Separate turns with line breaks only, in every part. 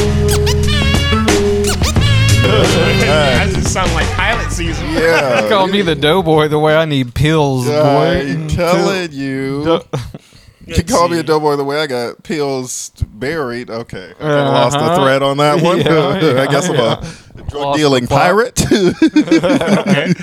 called me the Mm, doughboy the way I need pills,
I'm
boy.
telling you.
Dou-
You call me a
Let's
doughboy the way I got pills buried. Okay, I kinda lost the
Uh-huh.
thread on that one.
Yeah, yeah,
I guess I'm
yeah.
a
Lost
drug dealing
the plot.
pirate.
Okay.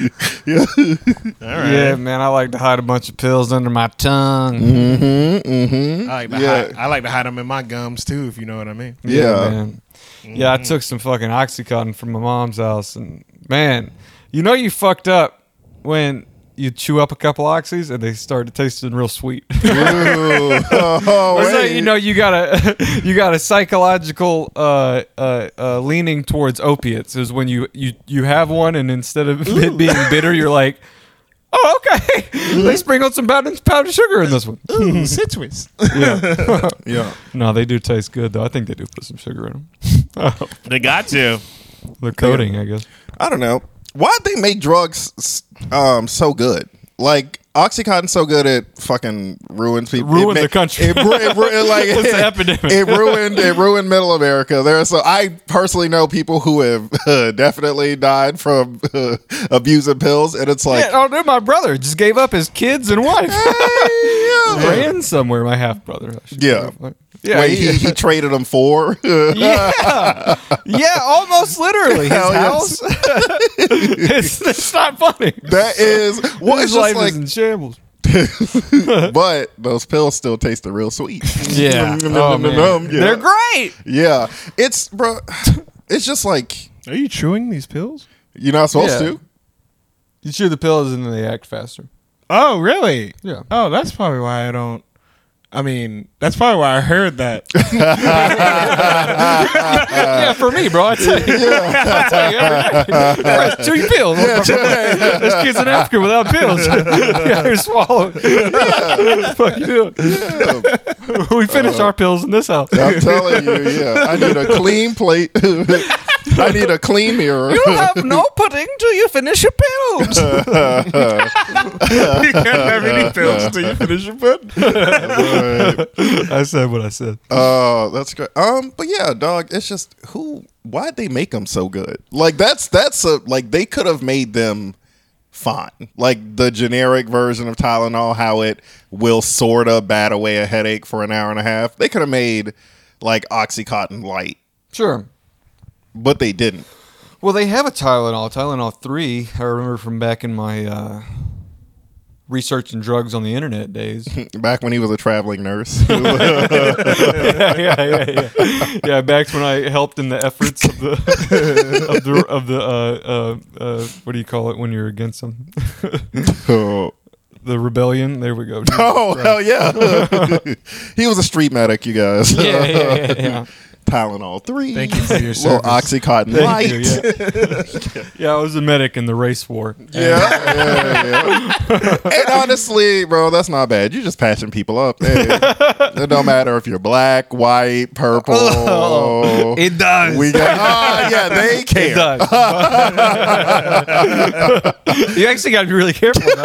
yeah.
All right.
Yeah, man, I like to hide a bunch of pills under my tongue.
Mm-hmm. Mm-hmm.
I like, to
yeah.
hide, I like to hide them in my gums too, if you know what I mean.
Yeah.
man. Yeah, I took some fucking Oxycontin from my mom's house, and man, you know you fucked up when you chew up a couple oxys and they started tasting real sweet.
Ooh. Oh,
Or so,
wait.
you know you got a you got a psychological uh, uh, uh, leaning towards opiates is when you you you have one and instead of it being bitter you're like oh okay
Mm-hmm.
they sprinkled some powdered, powdered sugar in this one
Ooh, citrus.
yeah
Yeah.
no they do taste good though I think they do put some sugar in them
They got to.
they're coating I guess
I don't know why'd they make drugs s- um, so good. Like OxyContin's so good at fucking ruins people.
Ruined
It ma-
the country.
It, ru- it ru- it, like
It's an epidemic.
It ruined. It ruined Middle America. There, are so I personally know people who have uh, definitely died from uh, abusing pills, and it's like.
yeah oh no my brother just gave up his kids and wife
hey, yeah.
ran somewhere my half brother
Yeah.
oh. yeah
Wait,
yeah.
he, he traded them for.
yeah, yeah, almost literally. His
Hell yes.
house. it's, it's not funny.
that is well, it's
His life
just like,
is in shambles.
but those pills still taste the real sweet.
Yeah. Oh, man.
Yeah.
They're great.
Yeah, it's bro. It's just like
Are you chewing these pills?
you're not supposed
Yeah.
to.
You chew the pills and then they act faster.
Oh, really?
Yeah.
Oh, that's probably why I don't. I mean, that's probably why I heard that.
yeah, for me, bro. I tell you, I tell you every day. Chris, chew your pills. There's kids in Africa without pills. yeah, they're swallowed. Fuck you. doing? we finished our pills in this house.
I'm telling you, yeah. I need a clean plate. I need a clean mirror.
You'll have no pudding till you finish your pills.
you can't have any pills until you finish your foot.
Right.
I said what I said.
Oh, that's great. Um, but yeah, dog. It's just who? Why'd they make them so good? Like that's that's a like they could have made them fine. Like the generic version of Tylenol, how it will sorta bat away a headache for an hour and a half. They could have made like OxyContin light,
Sure.
but they didn't.
Well, they have a Tylenol, Tylenol 3. I remember from back in my uh, research and drugs on the internet days.
Back when he was a traveling nurse.
yeah, yeah, yeah, yeah. Yeah, back when I helped in the efforts of the of the of the uh, uh, uh, what do you call it when you're against them?
oh.
the rebellion. There we go.
Oh hell yeah! he was a street medic, you guys.
Yeah, yeah, yeah, yeah.
Tylenol three.
Thank you for your
Little
service.
OxyContin light.
Thank you, yeah. yeah, I was a medic in the race war.
Yeah, yeah, yeah. and honestly, bro, that's not bad. You're just patching people up. Hey, it don't matter if you're black, white, purple.
Oh, It does.
we got. Ah, yeah, they
it
care.
does. you actually got to be really careful. though.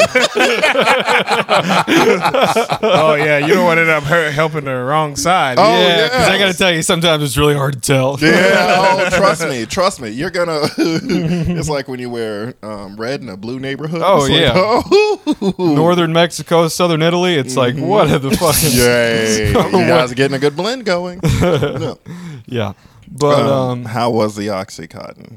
Oh yeah, you don't want to end up hurt, helping the wrong side.
Oh,
yeah, because I
yes.
got to tell you, sometimes it's really hard to tell.
Yeah, oh, trust me, trust me. You're gonna. it's like when you wear um, red in a blue neighborhood.
Oh,
It's like,
yeah.
oh,
Northern Mexico, Southern Italy. It's like
Mm-hmm.
what the fuck? is-
Yay! you guys are getting a good blend going. No.
yeah. But
Um,
um,
how was the OxyContin?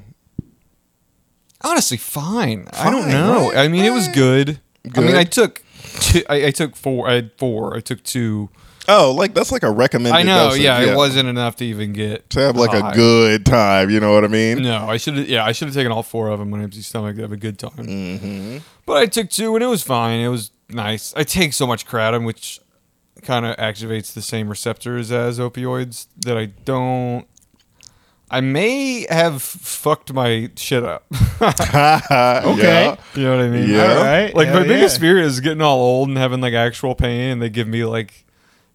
honestly, fine. I don't
Fine,
know.
right?
I mean, it was
Right.
good. I
Good.
mean, I took two. I, I took four. I had four. I took two.
Oh, like that's like a recommended.
I know.
dosage,
Yeah, it wasn't enough to even get
to have like a
high.
good time. You know what I mean?
No, I should. Yeah, I should have taken all four of them on empty stomach to have a good time.
Mm-hmm.
But I took two, and it was fine. It was nice. I take so much kratom, which kind of activates the same receptors as opioids that I don't. I may have fucked my shit up.
okay.
you know what I mean?
Yeah.
All right.
Like my
Hell
biggest
yeah.
fear is getting all old and having like actual pain, and they give me like,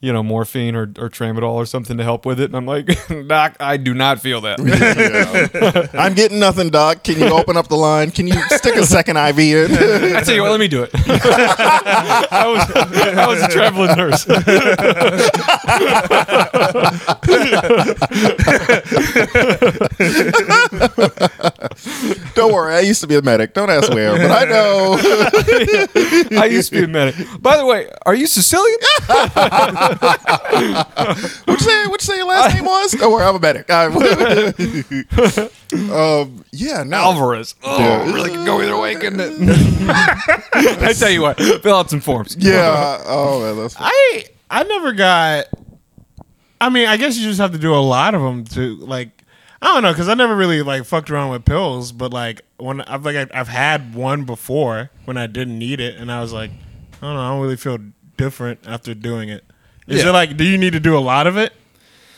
you know, morphine or, or tramadol or something to help with it, and I'm like, Doc, I do not feel that.
I'm getting nothing, Doc. Can you open up the line? Can you stick a second IV in?
I tell you what, let me do it. I was I was a traveling nurse.
Don't worry, I used to be a medic. Don't ask where, but I know.
I used to be a medic. By the way, are you Sicilian?
What'd you say? What'd you say your last name was? Don't worry, I'm a medic. I- um, yeah, no.
Alvarez. Oh,
Yeah.
really could go either way, couldn't it? I tell you what, fill out some forms.
Yeah. Oh, man, that's
I I never got. I mean, I guess you just have to do a lot of them to like. I don't know because I never really like fucked around with pills, but like when I've like I've, I've had one before when I didn't need it, and I was like, I don't know, I don't really feel different after doing it. Is
Yeah.
it like, do you need to do a lot of it?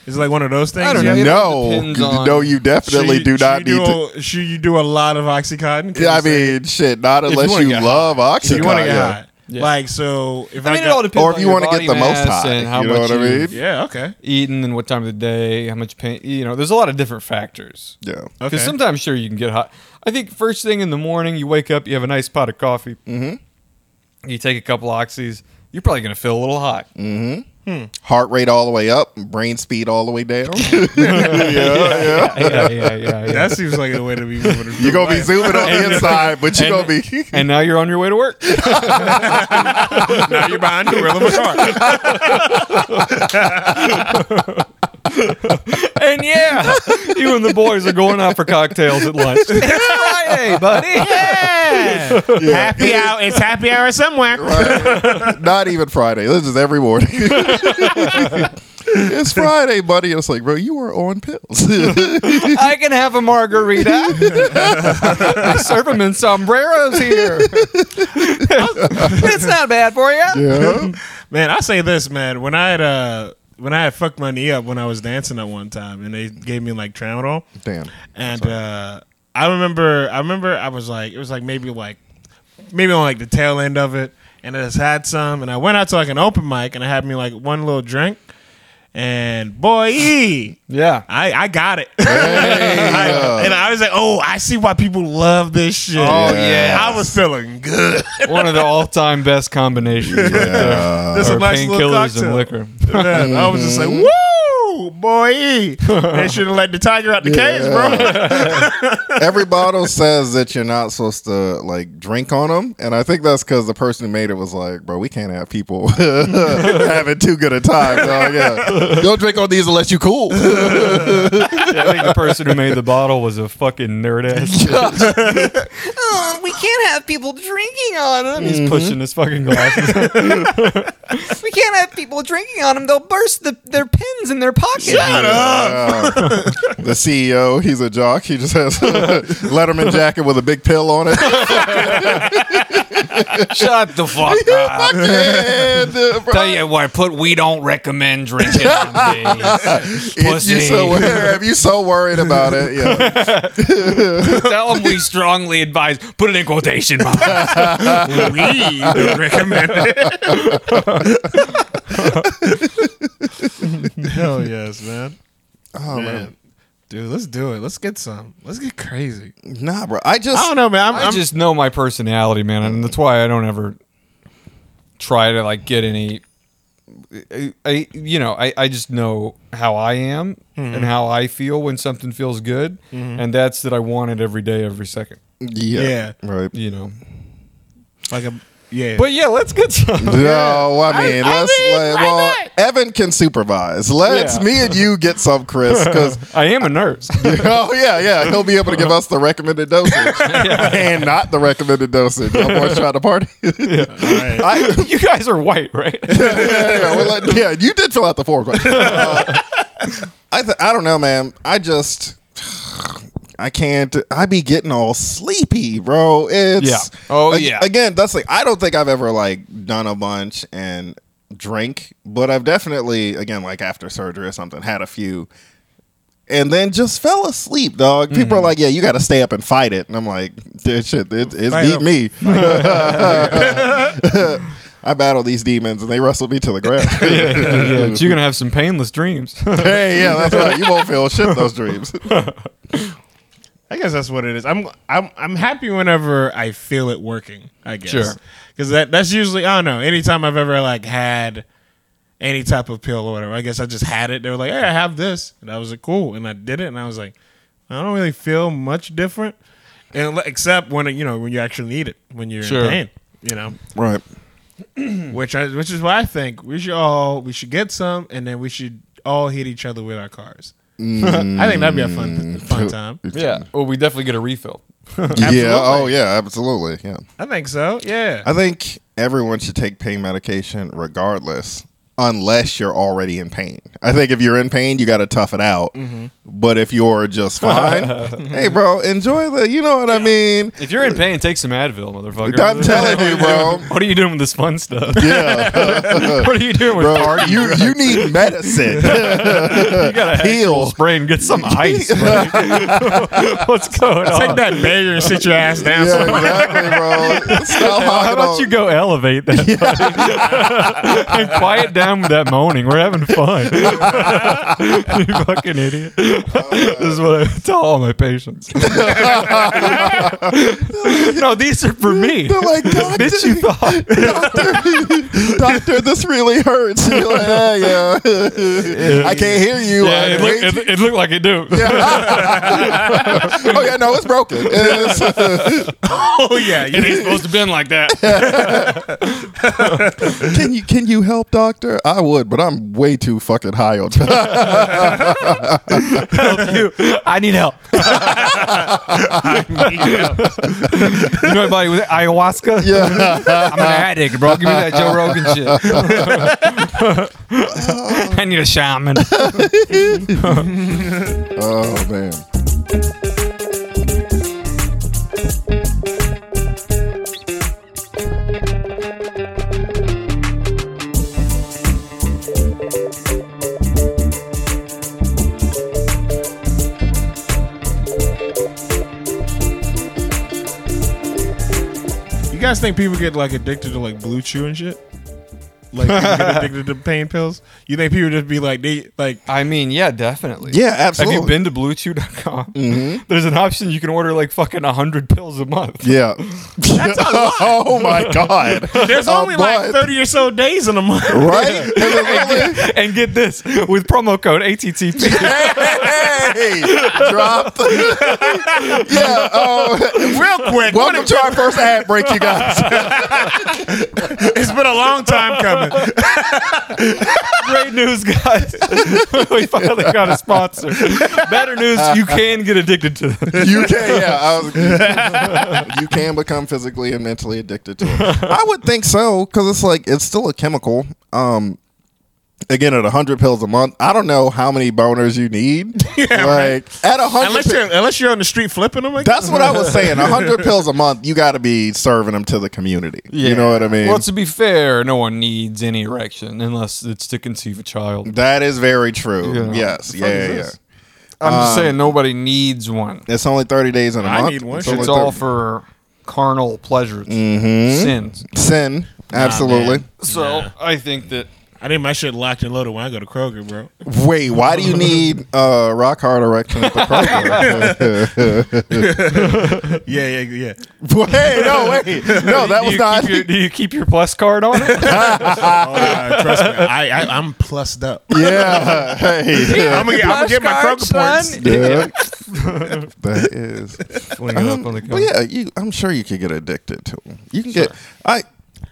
Is it like one of those things?
I don't
You-
know. it all
no,
depends on-
no. You definitely
should you-
do not
should you
need to.
do a- should you do a lot of oxycontin? 'Cause
Yeah, I
it's like,
mean, shit. Not
you
unless
wanna
you,
get high.
love oxycontin.
you want to get
yeah.
high.
Yeah.
Like so, if I,
I mean, it
got-
all depends.
Or if
on
you
your
wanna get
body
the most
mass
high,
and how
you know
much
what I
you've
mean?
yeah, okay,
eaten and what time of the day, how much pain. You know, there's a lot of different factors.
Yeah.
Because
Okay.
sometimes, sure, you can get hot. I think first thing in the morning, you wake up, you have a nice pot of coffee. Mm-hmm. You take a couple oxys. You're probably going to feel a little hot.
Heart rate all the way up, brain speed all the way down. yeah, yeah.
Yeah, yeah, yeah. yeah.
that seems like a way to be moving. through
You're gonna be
life.
zooming on the inside, but you're gonna
and-
be
and now you're on your way to work.
now you're behind the wheel of a car.
and yeah, you and the boys are going out for cocktails at lunch. It's Friday, buddy.
Yeah.
Happy
hour. It's happy hour somewhere.
not even Friday. This is every morning. it's Friday, buddy. It's like, bro, you were on pills.
I can have a margarita. I serve them in sombreros here. it's not bad for you.
yeah.
Man, I say this, man. When I had uh, when I had fucked my knee up when I was dancing at one time, and they gave me like tramadol,
Damn.
and uh, I remember, I remember, I was like, it was like maybe like, maybe on like the tail end of it, and I just had some, and I went out to like an open mic, and I had me like one little drink, and boy.
Yeah.
I, I got it. I- and I was like, oh, I see why people love this shit.
Oh, yes.
I was feeling good.
One of the all-time best combinations. right there.
That's a
Or
nice little
painkillers
cocktail.
and liquor.
Man, I was just like, woo, boy. They should have let the tiger out the cage, bro.
Every bottle says that you're not supposed to like drink on them, and I think that's because the person who made it was like, "Bro, we can't have people having too good a time." dog. yeah. Don't drink on these unless you cool.
I think the person who made the bottle was a fucking nerd ass.
Oh, we can't have people drinking on them.
He's pushing his fucking glasses.
We can't have people drinking on them. They'll burst the, their pins in their pockets.
Yeah. the CEO, he's a jock. He just has a Letterman jacket with a big pill on it.
Shut the fuck up.
and, uh, bro,
Tell you what, put we don't recommend drinking on these.
if you so if you so worried about it, yeah.
Tell them we strongly advise. Put it in quotation marks.
we don't recommend it. Hell yes, man.
Oh man,
Dude, let's do it. Let's get some. Let's get crazy.
nah, bro. I
I
just
don't know, man. I'm,
I
I'm-
just know my personality, man, and that's why I don't ever try to like get any. I, I- you know, I, I just know how I am and how I feel when something feels good, and that's that I want it every day, every second.
yeah,
Yeah.
right.
You know,
like a yeah.
but yeah, let's get some.
No, I mean, let's let, well, Evan can supervise. Let's
Yeah.
me and you get some, Chris, because
I am a nurse.
oh yeah, yeah, he'll be able to give us the recommended dosage and not the recommended dosage. My boys try to party.
All right.
I,
you guys are white, right?
yeah, we're letting- yeah, you did fill out the form. question. Uh, I th- I don't know, man. I just I can't. I be getting all sleepy, bro. It's
Yeah. Oh,
ag-
yeah.
Again, that's like I don't think I've ever like done a bunch and drink, but I've definitely again like after surgery or something had a few. And then just fell asleep, dog. People are like, "Yeah, you got to stay up and fight it," and I'm like, "Dude, shit, it, it's
Fight
beat
up.
me." I battle these demons, and they wrestle me to the ground.
yeah, but you're gonna have some painless dreams.
Hey, yeah, that's right. You won't feel shit in those dreams.
I guess that's what it is. I'm I'm I'm happy whenever I feel it working. I guess
Sure.
because that that's usually I don't know. Anytime I've ever like had any type of pill or whatever, I guess I just had it. They were like, "Hey, I have this," and I was like, "Cool," and I did it, and I was like, "I don't really feel much different." and le- except when it- you know when you actually need it when you're
Sure. Hmm.
in pain. You know,
Right.
which I, which is why I think we should all we should get some, and then we should all hit each other with our cars. I think that'd be a fun
Mm.
fun time.
Yeah. Well, we definitely get a refill.
Yeah. Oh, yeah. Absolutely. Yeah.
I think so. Yeah.
I think everyone should take pain medication regardless, unless you're already in pain. I think if you're in pain, you got to tough it out.
Mm-hmm.
But if you're just fine, hey, bro, enjoy the, you know what I mean?
If you're in pain, take some Advil, motherfucker.
I'm telling you, bro.
What are you doing with this fun stuff?
Yeah.
What are you doing with
bro,
party?
you, you need medicine.
You gotta
heal.
heal. Spray and get some ice. bro. What's going on?
Take that mayor and sit your ass down.
yeah, exactly, bro. Stop
How
hogging
about
on-
you go elevate that buddy? and quiet down with that moaning? We're having fun. you fucking idiot. this is what I tell all my patients. no, these are for me.
They're like,
Bitch, you
doctor,
thought.
doctor, this really hurts. You're like, "Ah, yeah. I can't hear you.
Yeah,
I
it,
wait
look, it, it looked like it do.
oh yeah, no, it's broken. It's-
Oh yeah.
It ain't supposed to been like that.
can you can you help, doctor? I would, but I'm way too fucking high on time.
I need help. You know anybody with ayahuasca?
yeah,
I'm an addict, bro. Give me that Joe Rogan shit. I need a shaman.
oh man.
You guys think people get like addicted to like blue chew and shit? Like people get addicted to pain pills? You think people just be like they like
I mean, yeah, definitely.
Yeah, absolutely.
Have you been to bluechew.com? Mm-hmm. There's an option you can order like fucking 100 pills a month.
Yeah. oh my god.
there's
A
only like
month.
thirty or so days in a month.
Right? And then really-
And get this with promo code ATTP.
hey, drop. the- yeah. Um,
Real quick. what
welcome to our first ad break, you guys.
if- it's been a long time coming.
Great news, guys. we finally got a sponsor. Better news, you can get addicted to them.
You can, yeah. I was- you can become physically and mentally addicted to it. I would think so because it's like it's still a chemical. Um, again, at hundred pills a month, I don't know how many boners you need. like at at hundred,
Unless you're unless you're on the street flipping them. I guess.
that's what I was saying. hundred pills a month, you got to be serving them to the community. You know what I mean?
Well, to be fair, no one needs any erection unless it's to conceive a child.
that is very true.
Yeah.
Yes, yeah, yeah, yeah.
I'm
Uh,
just saying nobody needs one.
It's only thirty days in a
I
month.
need one.
only
It's all
30
for carnal pleasures,
Mm-hmm.
sins.
sin. Absolutely.
So I think that
I need my shit locked and loaded when I go to Kroger, bro.
Wait, why do you need uh, rock hard erection at the Kroger?
Yeah, yeah, yeah.
hey, no, wait, no, that
do
was
you
not.
Keep your, do you keep your plus card on it?
Oh, yeah, trust me. I, I I'm plussed up.
yeah, hey,
I'm gonna, get- I'm gonna get my
Flashcard,
Kroger points.
son.
yeah. that is. Um,
Fling it up on the
But yeah, you, I'm sure you could get addicted to 'em. You can get, I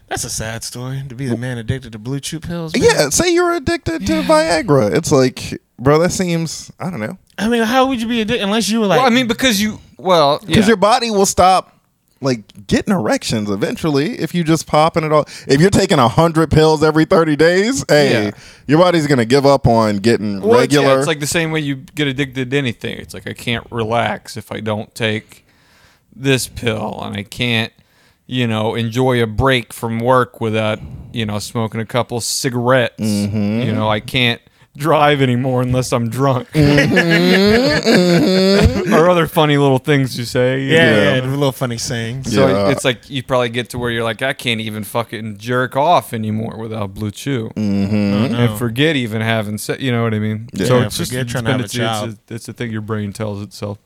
That's a sad story to be the man addicted to blue chew pills. man.
yeah. Say you're addicted to Viagra. It's like, bro, that seems. I don't know,
I mean, how would you be addicted unless you were like?
Well, I mean, because you well,
because
yeah.
your body will stop. Like getting erections eventually if you just popping it all. If you're taking hundred pills every thirty days, hey,
Yeah.
your body's gonna give up on getting
Well, it's- yeah,
regular.
It's like the same way you get addicted to anything. It's like I can't relax if I don't take this pill, and I can't, you know, enjoy a break from work without, you know, smoking a couple cigarettes. You know, I can't drive anymore unless I'm drunk. or other funny little things you say. you
yeah,
know.
yeah, a little funny saying.
So
Yeah.
it's like you probably get to where you're like, I can't even fucking jerk off anymore without Blue Chew,
Mm-hmm.
and forget even having, se- you know what I mean?
Yeah,
so it's just
forget
it's
trying to
been-
have a
it's- it's
child.
It's a, it's a thing your brain tells itself.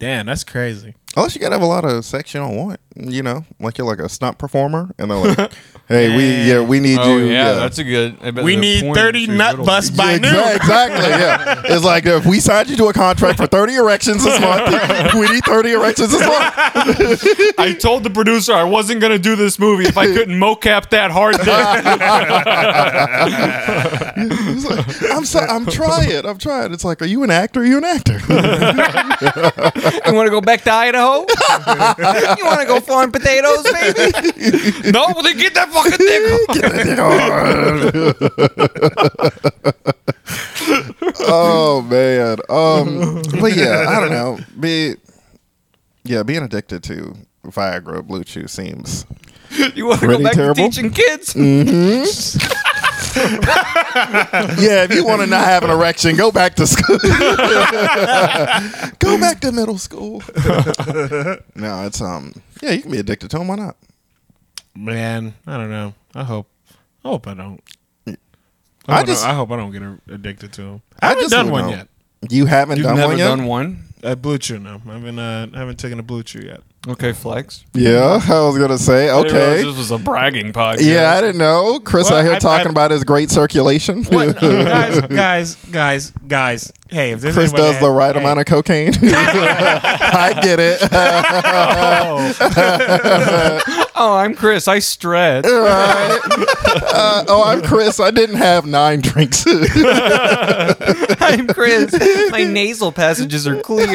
Damn, that's crazy.
Unless you gotta have a lot of sex you don't want, you know, like you're like a stunt performer, and they're like, "Hey, we yeah, we need
Oh
you."
yeah, that's a good. I bet
We
the
need
porn
30
industry's
nut
riddled.
busts by
Exa-
noon.
Exactly. Yeah. It's like if we signed you to a contract for 30 erections this month, we need 30 erections this month.
I told the producer I wasn't gonna do this movie if I couldn't mocap that hard dick.
It's like, I'm so, I'm trying. I'm trying. It's like, are you an actor? Are you an actor?
You want to go back to Idaho? you want to go farm potatoes, baby?
no, well then get that fucking dick. off.
oh man. Um. But yeah, I don't know. Be yeah, being addicted to Viagra, Blue Chew seems
You want to
Pretty
go back
terrible. Mm.
to teaching kids?
Yeah, if you want to not have an erection, go back to school. go back to middle school. no, it's um. Yeah, you can be addicted to them. Why not?
Man, I don't know. I hope. I hope I don't.
I
I, I
just-
I hope I don't get a- addicted to them.
I
I haven't
just
done
don't
one
know.
yet.
You haven't
You've
done
never
one yet.
done one.
A blue chew, no. I haven't. Uh, I haven't taken a blue chew yet.
Okay, flex.
Yeah, I was gonna say
I didn't realize
okay.
this was a bragging podcast.
yeah, I didn't know. Chris
Well,
out here
I-
talking
I-
about his great circulation.
What? guys, guys, guys, guys. Hey, if there's
Chris
anybody
does the
that-
right
hey,
amount of cocaine. I get it.
Oh,
Oh, I'm Chris. I stretch.
Right. Uh, oh, I'm Chris. I didn't have nine drinks.
I'm Chris. My nasal passages are clear.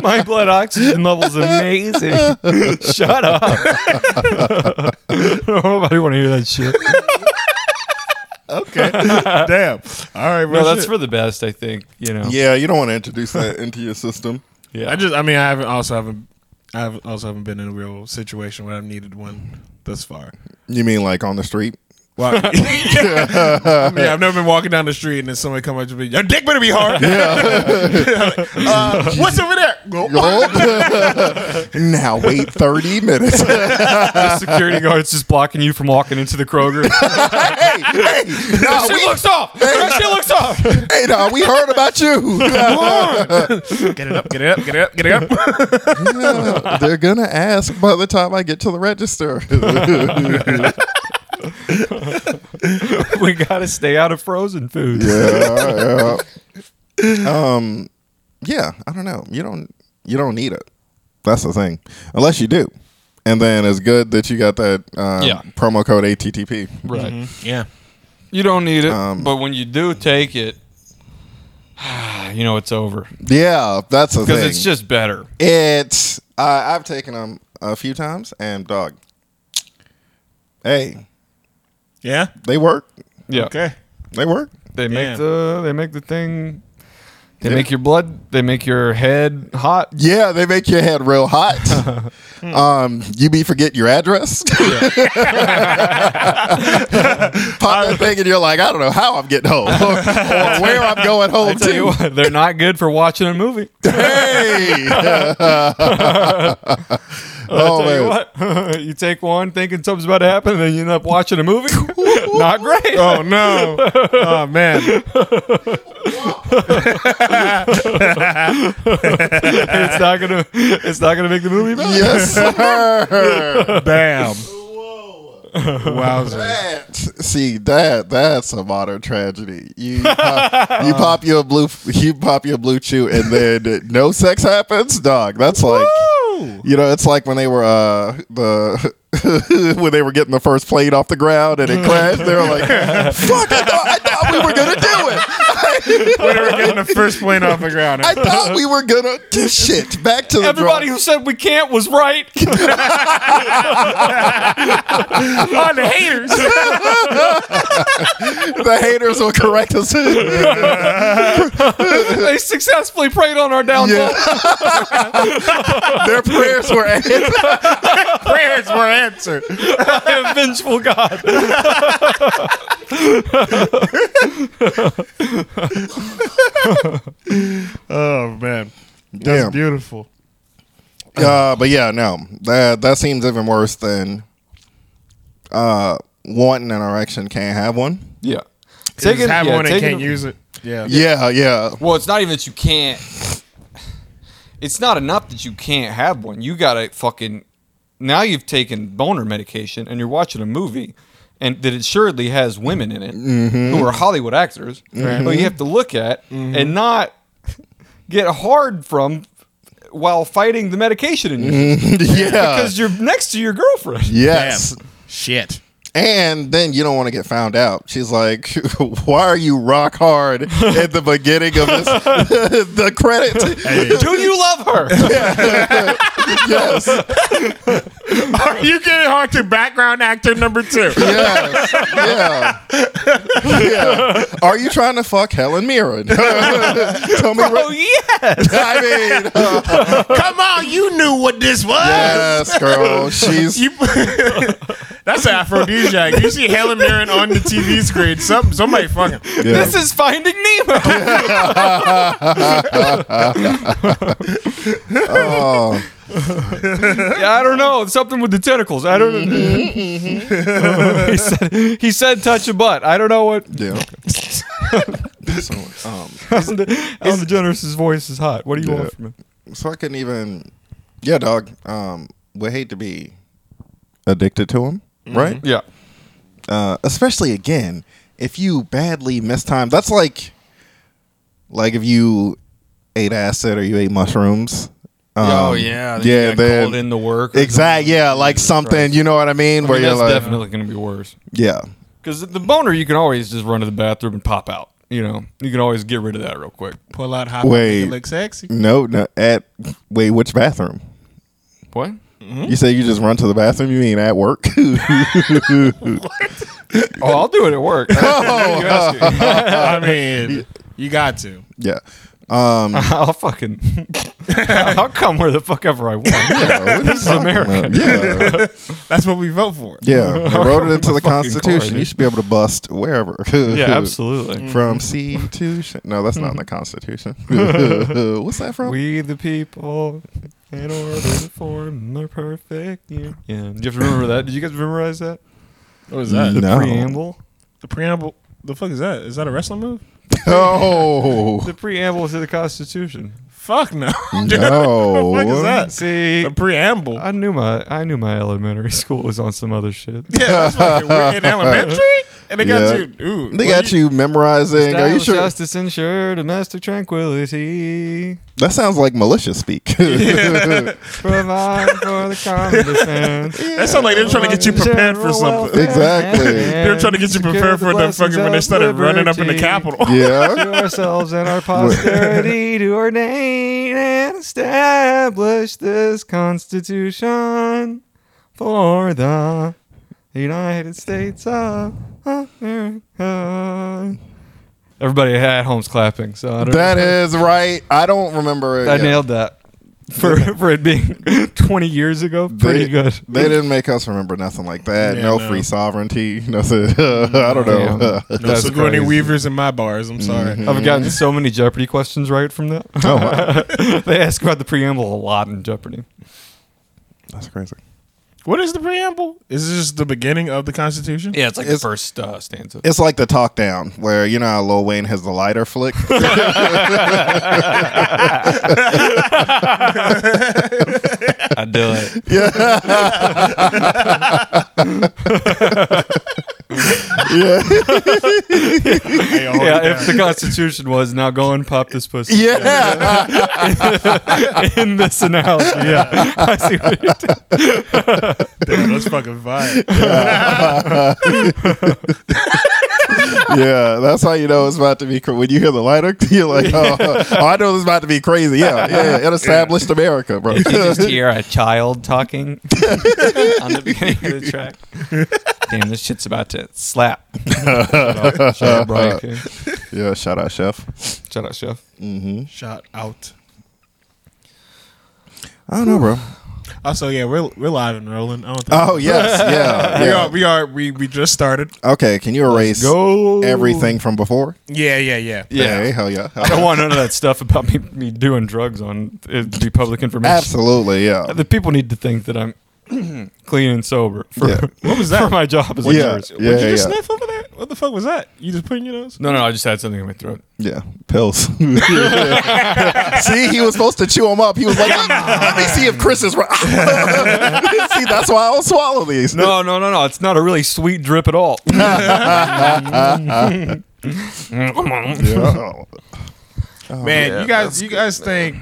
My blood oxygen level's amazing. Shut up. Nobody want to hear that shit.
okay. Damn. All right, bro.
No, that's
shit.
for the best, I think. You know.
yeah, you don't want to introduce that into your system.
Yeah.
I just. I mean, I haven't. Also haven't. I have also haven't been in a real situation where I've needed one thus far.
You mean like on the street?
Well, I mean, I've never been walking down the street and then somebody come up to me. Your dick better be hard. Uh, what's over there?
now wait 30 minutes. hey,
the security guard's just blocking you from walking into the Kroger.
hey, nah,
she
we,
looks off. She looks off.
hey, nah, we heard about you.
Get it up. Get it up. Get it up. Get it up.
Yeah, they're going to ask by the time I get to the register.
we gotta stay out of frozen food.
yeah, yeah. Um, yeah, I don't know. You don't you don't need it. That's the thing. Unless you do. And then it's good that you got that um,
Yeah.
promo code ATTP.
Right.
yeah.
You don't need it,
Um,
but when you do take it, you know it's over
Yeah, that's the thing.
because it's just better.
It's I I've taken them a few times, and dog. Hey,
Yeah.
they work.
Yeah.
Okay.
They work.
They make
Yeah.
the they make the thing. They
Yeah.
make your blood. They make your head hot.
Yeah, they make your head real hot. um, you be forget your address. Pop that thing, and you're like, I don't know how I'm getting home or, or where I'm going
I
home
tell you
to.
what, they're not good for watching a movie.
Hey, oh
I tell
man.
you what, you take one thinking something's about to happen, and then you end up watching a movie. not great.
Oh no. Oh man.
it's not gonna. It's not gonna make the movie better.
Yes, sir.
Bam. Wowzers.
That- see that that's a modern tragedy. You pop, you pop your blue you pop your blue chew and then no sex happens, dog. That's like you know it's like when they were uh the when they were getting the first plane off the ground and
Mm.
it crashed. They were like, "Fuck! I thought, I thought we were gonna do it.
When are we getting the first plane off the ground?
I thought we were gonna do shit." Back to the
Everybody
drawing-
who said we can't was right.
on the haters.
the haters will correct us.
they successfully preyed on our downfall.
Their prayers were answered.
Prayers were answered.
I am vengeful God.
Oh man.
Damn.
Beautiful.
Uh, but yeah, no, that that seems even worse than uh, wanting an erection can't have one.
Yeah.
They just have
yeah,
one and
taking
can't
it-
use it. Yeah.
Yeah, yeah,
Well, it's not even that you can't. it's not enough that you can't have one. You gotta fucking now you've taken boner medication and you're watching a movie and that assuredly has women in it who are Hollywood actors who you have to look at and not get hard from while fighting the medication in you
yeah.
because you're next to your girlfriend.
Yes.
Shit.
And then you don't want to get found out. She's like, "Why are you rock hard at the beginning of this the credits?"
Do you love her?
Yes,
Are you getting hard to background actor number two?
yes, yeah, yeah. Are you trying to fuck Helen Mirren? Tell me,
oh
right-
yes.
I mean, uh,
Come on, you knew what this was.
yes, girl. She's
You, that's an aphrodisiac. You see Helen Mirren on the TV screen. Some, somebody fucking.
yeah.
This is Finding Nemo.
oh.
Yeah, I don't know. Something with the tentacles. I don't he said he said touch a butt. I don't know what
Yeah. so, um,
Alan DeGeneres' voice is hot. What do you
Yeah.
want from him?
so I couldn't even. Yeah, dog. Um, would hate to be addicted to him, right?
Yeah.
Uh, especially again, if you badly mistime. That's like, like if you ate acid or you ate mushrooms. Um, yeah.
called in
Then
the work.
exactly. Yeah, like something. You know what I mean?
I
where
mean,
you're
that's
like,
definitely going to be worse.
yeah,
Because the boner, you can always just run to the bathroom and pop out. You know, you can always get rid of that real quick.
Pull out hot.
Wait.
Wait. Look sexy.
no, no. At wait, which bathroom?
What? Mm-hmm.
You say you just run to the bathroom? You mean at work?
Oh, I'll do it at work. You ask me.
I mean, you got to.
yeah. Um,
I'll fucking. I'll come where the fuck ever I want.
this is
America.
Yeah.
That's what we vote for.
Yeah, they wrote it into the
Fucking
Constitution.
crazy.
You should be able to bust wherever.
Yeah, absolutely.
Mm-hmm.
From sea to sh- no, that's not in the Constitution. What's that from?
We the people. In order to form the perfect union. Yeah. You have to remember that. Did you guys memorize that?
What is
that?
that?
The
No.
preamble?
The preamble. The fuck is that? Is that a wrestling move?
oh
The preamble to the Constitution.
Fuck no.
no!
What the fuck is that?
See,
The preamble.
I knew my I knew my elementary school was on some other shit.
yeah, that's fucking weird. In elementary? And they got
Yeah.
you. Ooh,
They got you memorizing. Are you
Establish
sure?
Justice ensure domestic tranquility.
that sounds like militia speak.
Provide for the common defense.
That sounds like they're trying to get you prepared for something.
Exactly.
They're trying to get you prepared for the fucking when they started running up in the Capitol.
yeah.
To ourselves and our posterity to ordain and establish this Constitution for the United States of America. Everybody at home's clapping, so I don't
That
know.
is right. I don't remember. it
I
yet.
nailed that for for it being 20 years ago. Pretty
they,
good.
They didn't make us remember nothing like that.
Yeah,
no,
no.
free sovereignty. Nothing. I don't know.
Damn.
No
That's
Sigourney
crazy.
Weavers in my bars. I'm sorry.
Mm-hmm.
I've gotten so many Jeopardy questions right from that.
Oh,
they ask about the preamble a lot in Jeopardy.
That's crazy.
What is the preamble? Is this just the beginning of the Constitution?
Yeah, it's like
the It's-
first uh, stanza.
It's like the talk down where you know how Lil Wayne has the lighter flick.
I do it.
yeah.
Hey, hold it
Yeah,
down.
if the Constitution was now go and pop this pussy.
Oh, Yeah.
in this analogy, yeah, I see what you're doing.
Damn, that's fucking vibe.
yeah. That's how you know it's about to be cra When you hear the lighter, you're like, oh, oh, I know it's about to be crazy. Yeah. Yeah. It established America, bro.
hear a child talking on the beginning of the track. Damn, this shit's about to slap. Shut up, Shut up, Brian King.
yeah. Shout out, Chef.
Shut up, Chef.
Shout out.
I don't know, bro.
Also, yeah, we're we're live and rolling. I don't think
Oh, yes. Yeah.
we are
yeah.
we are we, we just started.
Okay. Can you erase
Go
everything from before?
Yeah, yeah, yeah.
Yeah.
Hey, hell yeah.
I don't want none of that stuff about me, me doing drugs on uh, it to be public information.
Absolutely. Yeah.
The people need to think that I'm clean and sober for
Yeah.
what was that for my job as a
Yeah.
nurse.
Yeah.
Did you
yeah.
sniff over there? that? What the fuck was that? You just put in your nose?
No, no, I just had something in my throat.
Yeah, pills. See, he was supposed to chew them up. He was like, let, let me see if Chris is right. see, that's why I don't swallow these.
No, no, no, no. It's not a really sweet drip at all.
Yeah.
man, you guys, you guys think,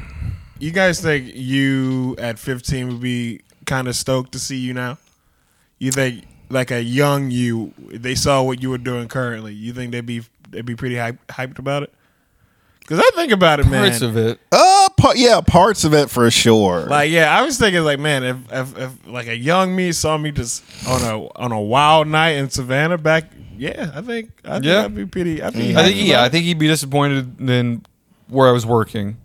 you guys think you at 15 would be kind of stoked to see you now? You think like a young you, they saw what you were doing currently. You think they'd be they'd be pretty hype, hyped about it? Because I think about it, man.
Parts of it.
Uh, pa- yeah, parts of it for sure.
Like yeah, I was thinking like man, if, if if like a young me saw me just on a on a wild night in Savannah back, yeah, I think I think
Yeah. Mm.
I'd be pretty. I'd be
I think yeah, I think he'd be disappointed in where I was working,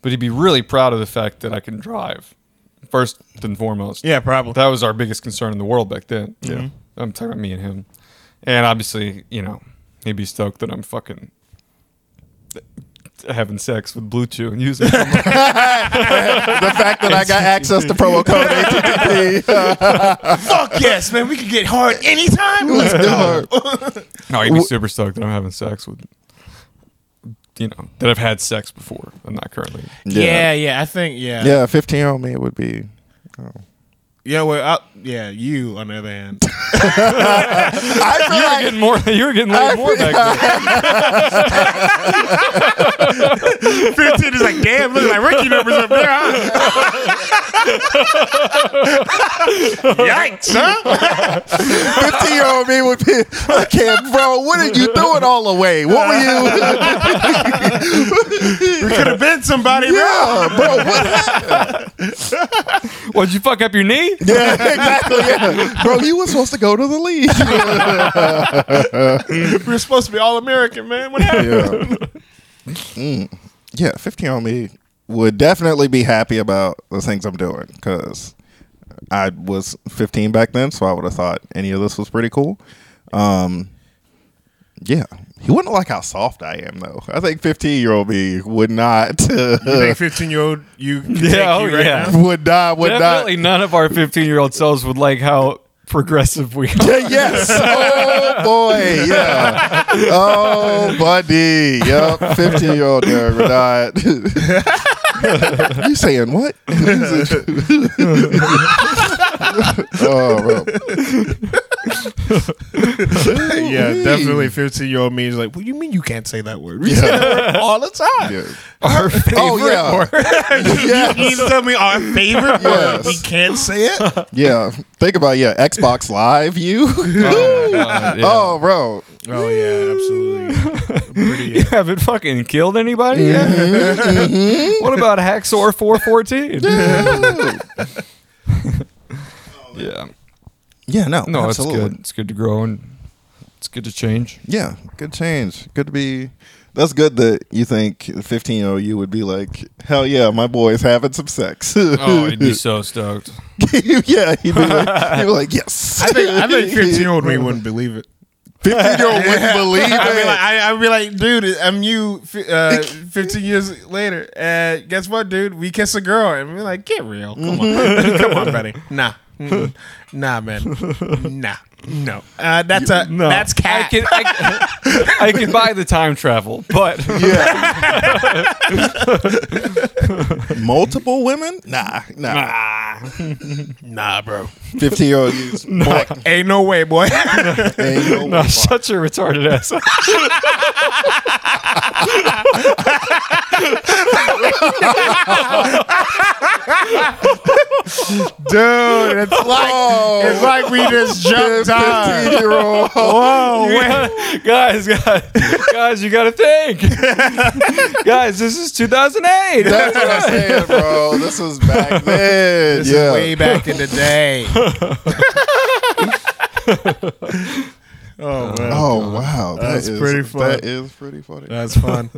but he'd be really proud of the fact that I can drive. First and foremost,
yeah, probably.
that was our biggest concern in the world back then. Yeah,
Mm-hmm.
I'm talking about me and him, and obviously, you know, he'd be stoked that I'm fucking having sex with Bluetooth and using. it.
the fact that I got access to promo code ATTP.
Fuck yes, man, we could get hard anytime. Let's
Let's go.
no, he'd be super stoked that I'm having sex with. You know that I've had sex before. I'm not currently.
Yeah, yeah, I think yeah.
Yeah, 15 year old me would be.
Yeah, well, I, yeah, you on the other hand.
I feel
You were
like-
getting more. You were getting
uh,
laid more back then.
15 is like, damn, look like Ricky numbers up there. Huh? Yikes, huh?
15 year old me would be I can't, bro. What did you throw it all away? What were you?
We could have been somebody.
Yeah, bro. What happened?
What, did you fuck up your knee?
Yeah, exactly. Yeah. Bro, you were supposed to go to the league.
We were supposed to be all American, man. What happened?
Mm. Yeah, 15 year old me would definitely be happy about the things I'm doing because I was 15 back then, so I would have thought any of this was pretty cool. Um, yeah, he wouldn't like how soft I am though. I think 15 year old me would not,
You think 15 year old you can take
Yeah,
you
oh,
right
yeah.
now?
would not, would
Definitely none of our 15 year old selves would like how progressive we are.
not. yes. Oh boy. Yeah. Oh buddy. Yep. 15 year old Derek would not. you saying what? oh, bro.
Yeah,
Ooh-wee.
definitely 15 year old me is like, what do you mean you can't say that word? We say
Yeah.
that word all the time.
Yeah.
Our
Oh
favorite
yeah. Yes.
You mean to tell me our favorite
Yes.
word? We can't say it?
Yeah. Think about yeah. Xbox Live. You.
Oh, my God, yeah.
Oh, bro.
Oh, yeah, absolutely. Pretty, uh,
Haven't fucking killed anybody yet? what about Hacksaw 414? yeah.
Yeah. No.
No,
absolutely.
it's good. It's good to grow and it's good to change.
Yeah, good change. Good to be. That's good that you think 15 year old you would be like, hell yeah, my boy's having some sex.
Oh, he'd be so stoked.
yeah, he'd be like, he'd be like yes.
I think I think 15 year old me wouldn't believe it.
15 year old wouldn't believe it.
I'd be like, I, I'd be like, dude, I'm you. fi- Uh, 15 years later, uh, guess what, dude? We kiss a girl, and we're like, get real. Come on, come on, buddy. Nah, Mm-mm. nah, man, nah, no. Uh, that's a that's
I
cat.
can, I, I can buy the time travel, but
yeah. Multiple women? Nah, nah.
nah, bro.
15 year old you's black.
Ain't no way, boy.
And you
no, such a retarded ass.
dude, it's like it's
oh,
like we just jumped time.
15 year old.
Whoa,
You
wait.
gotta- guys, guys, guys, you gotta think. guys, this is 2008.
That's what I'm saying, bro. This was back then.
This
yeah.
is way back in the day. oh man,
Oh wow,
That's pretty funny.
That is pretty funny.
that's fun.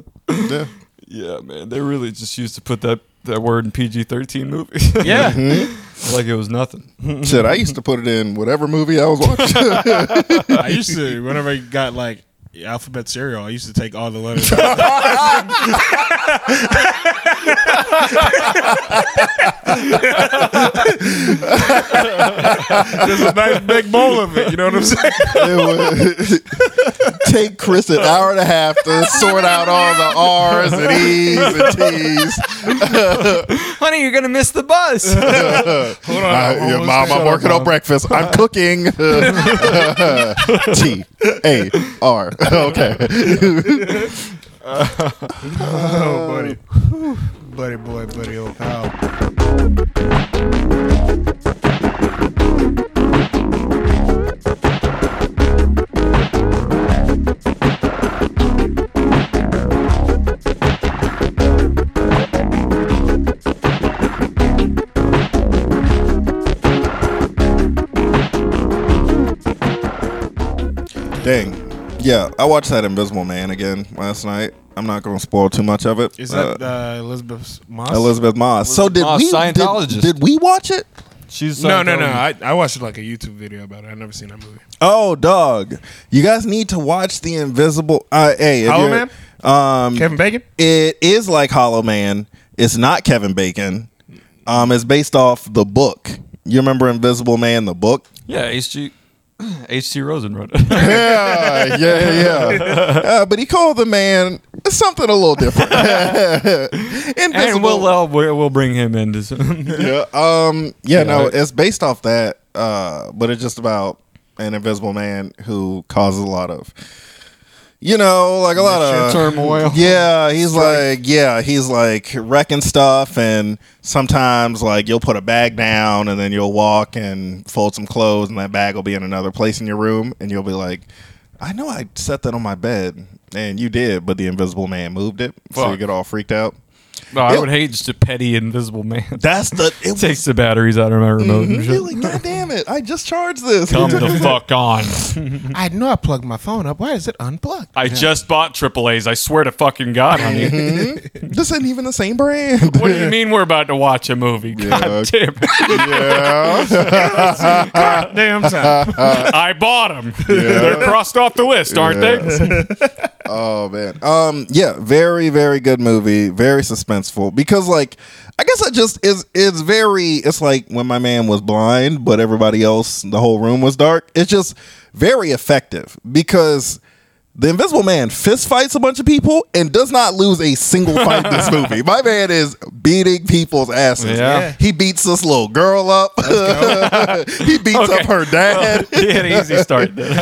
Yeah.
yeah, man, they really just used to put that, that word in PG-13 movies.
Yeah.
like it was nothing.
Shit, I used to put it in whatever movie I was watching.
I used to whenever I got like alphabet cereal. I used to take all the letters. There's a nice big bowl of it. You know what I'm saying?
It would take Chris an hour and a half to sort out all the R's and E's and T's.
Honey, you're gonna miss the bus.
Hold on,
Uh, yeah,
almost
Mom,
there.
I'm working on breakfast. I'm cooking. T A R. Okay.
Oh, buddy, buddy boy, buddy old pal.
Dang. Yeah, I watched that Invisible Man again last night. I'm not going to spoil too much of it.
Is
Uh,
that uh, Elizabeth's Moss?
Elizabeth Moss? so did
Moss,
we? did-
Scientologist.
did we watch it?
She's
no, no, no. I, I watched like a YouTube video about it. I never seen that movie.
Oh, dog! You guys need to watch the Invisible. Uh, hey, if
Hollow
you're- Um,
Kevin Bacon.
it is like Hollow Man. It's not Kevin Bacon. Um, it's based off the book. You remember Invisible Man, the book?
yeah, H.G. H.C. Rosen wrote it.
Yeah, yeah, yeah. yeah. Uh, but he called the man something a little different. Invisible.
and we'll, uh, we'll we'll bring him in to some.
yeah, um, yeah, no,
it-
it's based off that, uh, but it's just about an invisible man who causes a lot of, you know, like a lot of
turmoil.
Yeah, he's like, yeah, he's like wrecking stuff, and sometimes like you'll put a bag down, and then you'll walk and fold some clothes, and that bag will be in another place in your room, and you'll be like, I know I set that on my bed, and you did, but the invisible man moved it, so you
Fuck.
get all freaked out.
No, I would hate just a petty invisible man.
That's the it was
Takes the batteries out of my remote
You're
and shit.
like, God damn it! I just charged this.
Come the fuck on.
I know I plugged my phone up. Why is it unplugged?
I just bought AAA's. I swear to fucking God, honey.
this isn't even the same brand.
what do you mean we're about to watch a movie? God damn it.
Damn time.
I bought them. They're crossed off the list, aren't they?
oh man. Um. Yeah. Very, very good movie. Very suspenseful because, like, I guess I just is it's very. It's like when my man was blind, but everybody else, the whole room was dark. It's just very effective because. The Invisible Man fist fights a bunch of people and does not lose a single fight in this movie. My man is beating people's asses.
Yeah.
He beats this little girl up. he beats up her dad.
He had an easy start. didn't he?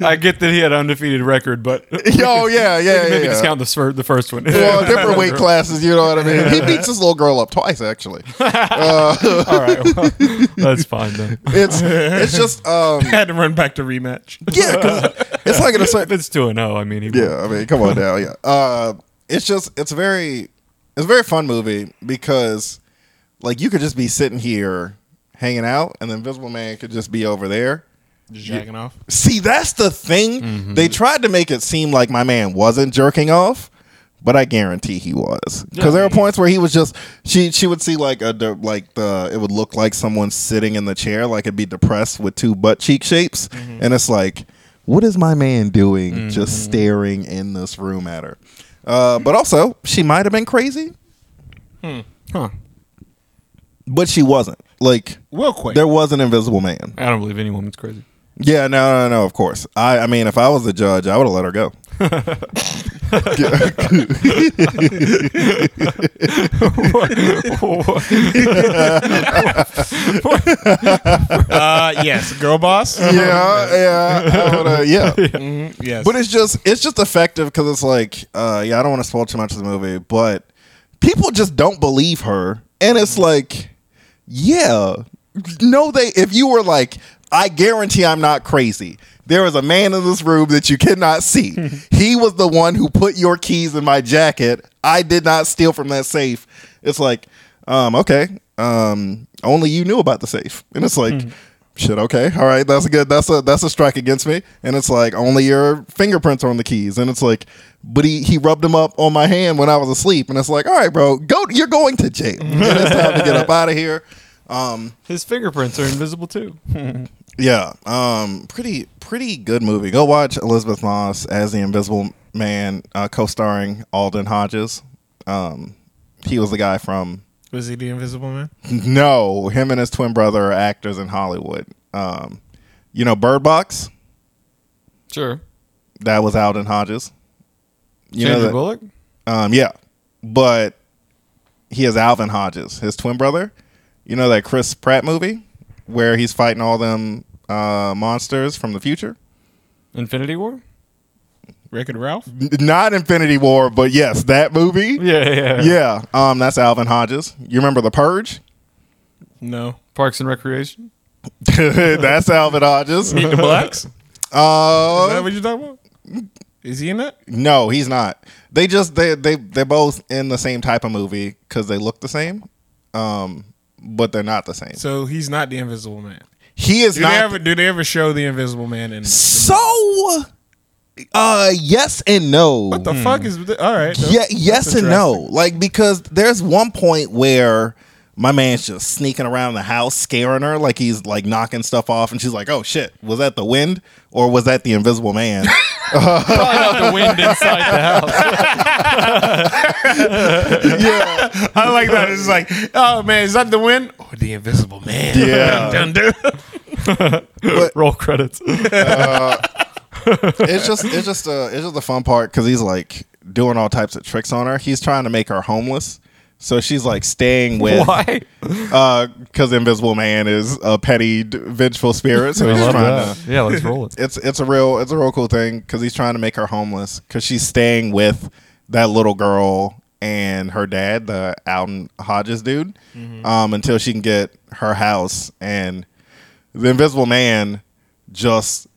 I get that he had an undefeated record, but
Yo, yeah, yeah, yeah.
maybe
yeah.
discount the, fir- the first one.
Well, different weight classes, you know what I mean. He beats this little girl up twice, actually.
All right, well, that's fine then.
It's it's just um
I had to run back to rematch.
yeah, 'cause it's like an
If it's two and zero, I mean, he
yeah. I mean, come on now, yeah. Uh, it's just it's very it's a very fun movie because like you could just be sitting here hanging out, and the Invisible Man could just be over there.
Just jacking off.
See, that's the thing. They tried to make it seem like my man wasn't jerking off, but I guarantee he was. Because there were points where he was just she she would see like a de- like the it would look like someone sitting in the chair, like it'd be depressed with two butt cheek shapes, and it's like, what is my man doing, just staring in this room at her? Uh, but also, she might have been crazy,
Huh.
but she wasn't. Like
Real quick.
there was an invisible man.
I don't believe any woman's crazy.
Yeah, no, no, no. Of course, I. I mean, if I was the judge, I would have let her go.
Uh, uh, yes, girl boss.
yeah, yeah, I woulda- yeah.
Mm-hmm. Yes.
But it's just it's just effective because it's like, uh, yeah, I don't want to spoil too much of the movie, but people just don't believe her, and it's like, yeah, no, they. If you were like, I guarantee I'm not crazy. There is a man in this room that you cannot see. he was the one who put your keys in my jacket. I did not steal from that safe. It's like, um, okay, um, only you knew about the safe, and it's like shit okay all right that's a good that's a that's a strike against me and it's like only your fingerprints are on the keys and it's like but he he rubbed them up on my hand when i was asleep and it's like all right bro go you're going to jail and it's time to get up out of here um
His fingerprints are invisible too.
Yeah, um, pretty pretty good movie. Go watch Elizabeth Moss as the Invisible Man, uh, co-starring Alden Hodges. Um, he was the guy from
Was he the Invisible Man?
No, him and his twin brother are actors in Hollywood. Um, you know Bird Box
Sure.
that was Alden Hodges. You
Sandra
that-
Bullock?
Um, yeah, but he is Alvin Hodges, his twin brother. You know that Chris Pratt movie where he's fighting all them uh, monsters from the future.
Infinity War?
Rick and Ralph?
N- Not Infinity War, but yes, that movie.
Yeah, yeah.
Yeah, um, that's Alvin Hodges. You remember The Purge?
No.
Parks and Recreation?
that's Alvin Hodges.
Meet the Blacks? Is that
Uh,
what you're talking about? Is he in that?
no, he's not. They just they they they're both in the same type of movie because they look the same, um, but they're not the same.
So he's not the Invisible Man.
He is
Do
not.
they ever do they ever show the Invisible Man in
So, uh, yes and no.
What the
Hmm.
fuck is th- all right?
yeah, yes and no. Like because there's one point where my man's just sneaking around the house, scaring her, like he's like knocking stuff off, and she's like, "Oh shit, was that the wind or was that the Invisible Man?"
Probably not the wind inside the house.
yeah,
I like that. It's like, oh man, is that the wind or the Invisible Man?
Yeah.
Dun, dun, dun.
Roll credits.
it's just it's just uh it's just the fun part because he's like doing all types of tricks on her. He's trying to make her homeless. So she's like staying with
Why?
because Invisible Man is a petty, d- vengeful spirit. So he's
I love
trying
that.
to
Yeah, let's roll it.
it's it's a real it's a real cool thing because he's trying to make her homeless because she's staying with that little girl and her dad, the Alton Hodges dude, um, until she can get her house. And the Invisible Man just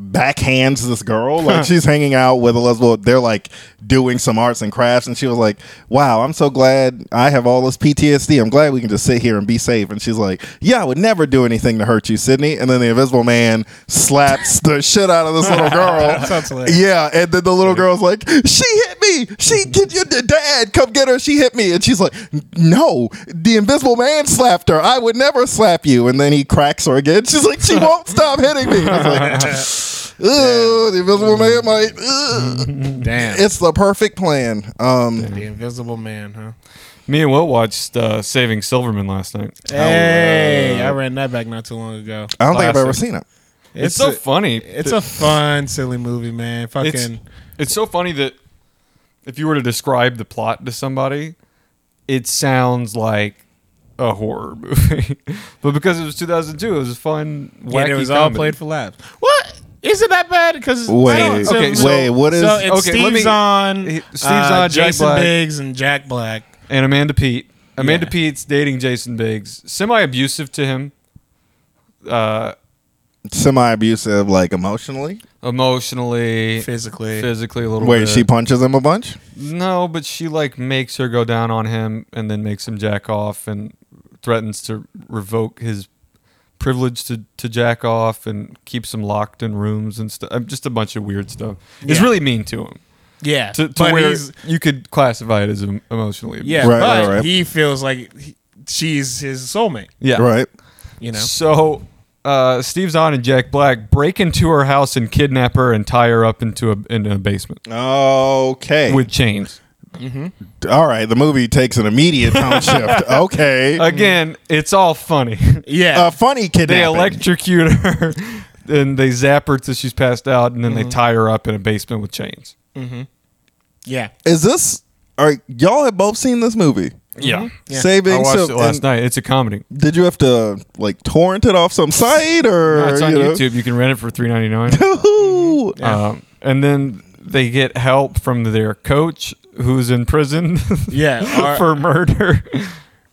backhands this girl like she's hanging out with Elizabeth. They're like doing some arts and crafts, and she was like, "Wow, I'm so glad I have all this PTSD. I'm glad we can just sit here and be safe." And she's like, "Yeah, I would never do anything to hurt you, Sydney." And then the Invisible Man slaps the shit out of this little girl.
Sounds hilarious.
yeah, and then the little girl's like, "She hit me. She get your d- dad. Come get her. She hit me." And she's like, "No, the Invisible Man slapped her. I would never slap you." And then he cracks her again. She's like, "She won't stop hitting me." I was like, Ugh, the Invisible Man might. Ugh.
Damn.
It's the perfect plan. Um,
the Invisible Man, huh?
Me and Will watched uh, Saving Silverman last night.
Hey, I ran that back not too long ago.
I don't think I've ever
Classic.
seen it.
It's, so
a,
funny.
it's
that-
a fun, silly movie, man. Fucking
it's, it's so funny that if you were to describe the plot to somebody, it sounds like a horror movie. but because it was 2002, it was a fun, wacky
Yeah, it was all
comedy.
played for laughs. What? Is it that bad? Because
Wait, okay, wait, what is-
So it's
okay, let
Steve
me-
Zahn,
He- Steve
uh,
Zahn, Jack
Jason
Black.
Biggs, and Jack Black.
and Amanda Pete. Amanda
Yeah.
Pete's dating Jason Biggs, semi-abusive to him, uh,
Semi abusive, like emotionally.
emotionally,
Physically,
physically a little.
Wait,
bit.
she punches him a bunch.
No, but she like makes her go down on him and then makes him jack off and threatens to revoke his privilege to, to jack off and keeps him locked in rooms and stuff. Just a bunch of weird stuff. It's
Yeah.
really mean to him.
yeah.
To, to
but
where
he's
you could classify it as em- emotionally abusive.
yeah,
Right,
but
right, right.
he feels like he, she's his soulmate.
Yeah.
Right.
You know,
So uh, Steve Zahn and Jack Black break into her house and kidnap her and tie her up into a, in a basement
Okay.
with chains.
All right. The movie takes an immediate tone shift. Okay. A
Again, it's all funny.
yeah.
funny kidnapping.
they electrocute her and they zap her till she's passed out and then
Mm-hmm.
they tie her up in a basement with chains
Yeah.
Is this? All right. Y'all have both seen this movie.
yeah
Mm-hmm. Yeah.
i
Saving.
watched
Sil-
it last
and
night it's a comedy
Did you have to like torrent it off some site or?
it's on
you know?
youtube you can rent it for 3.99
Ooh.
um, and then they get help from their coach who's in prison
Yeah,
for murder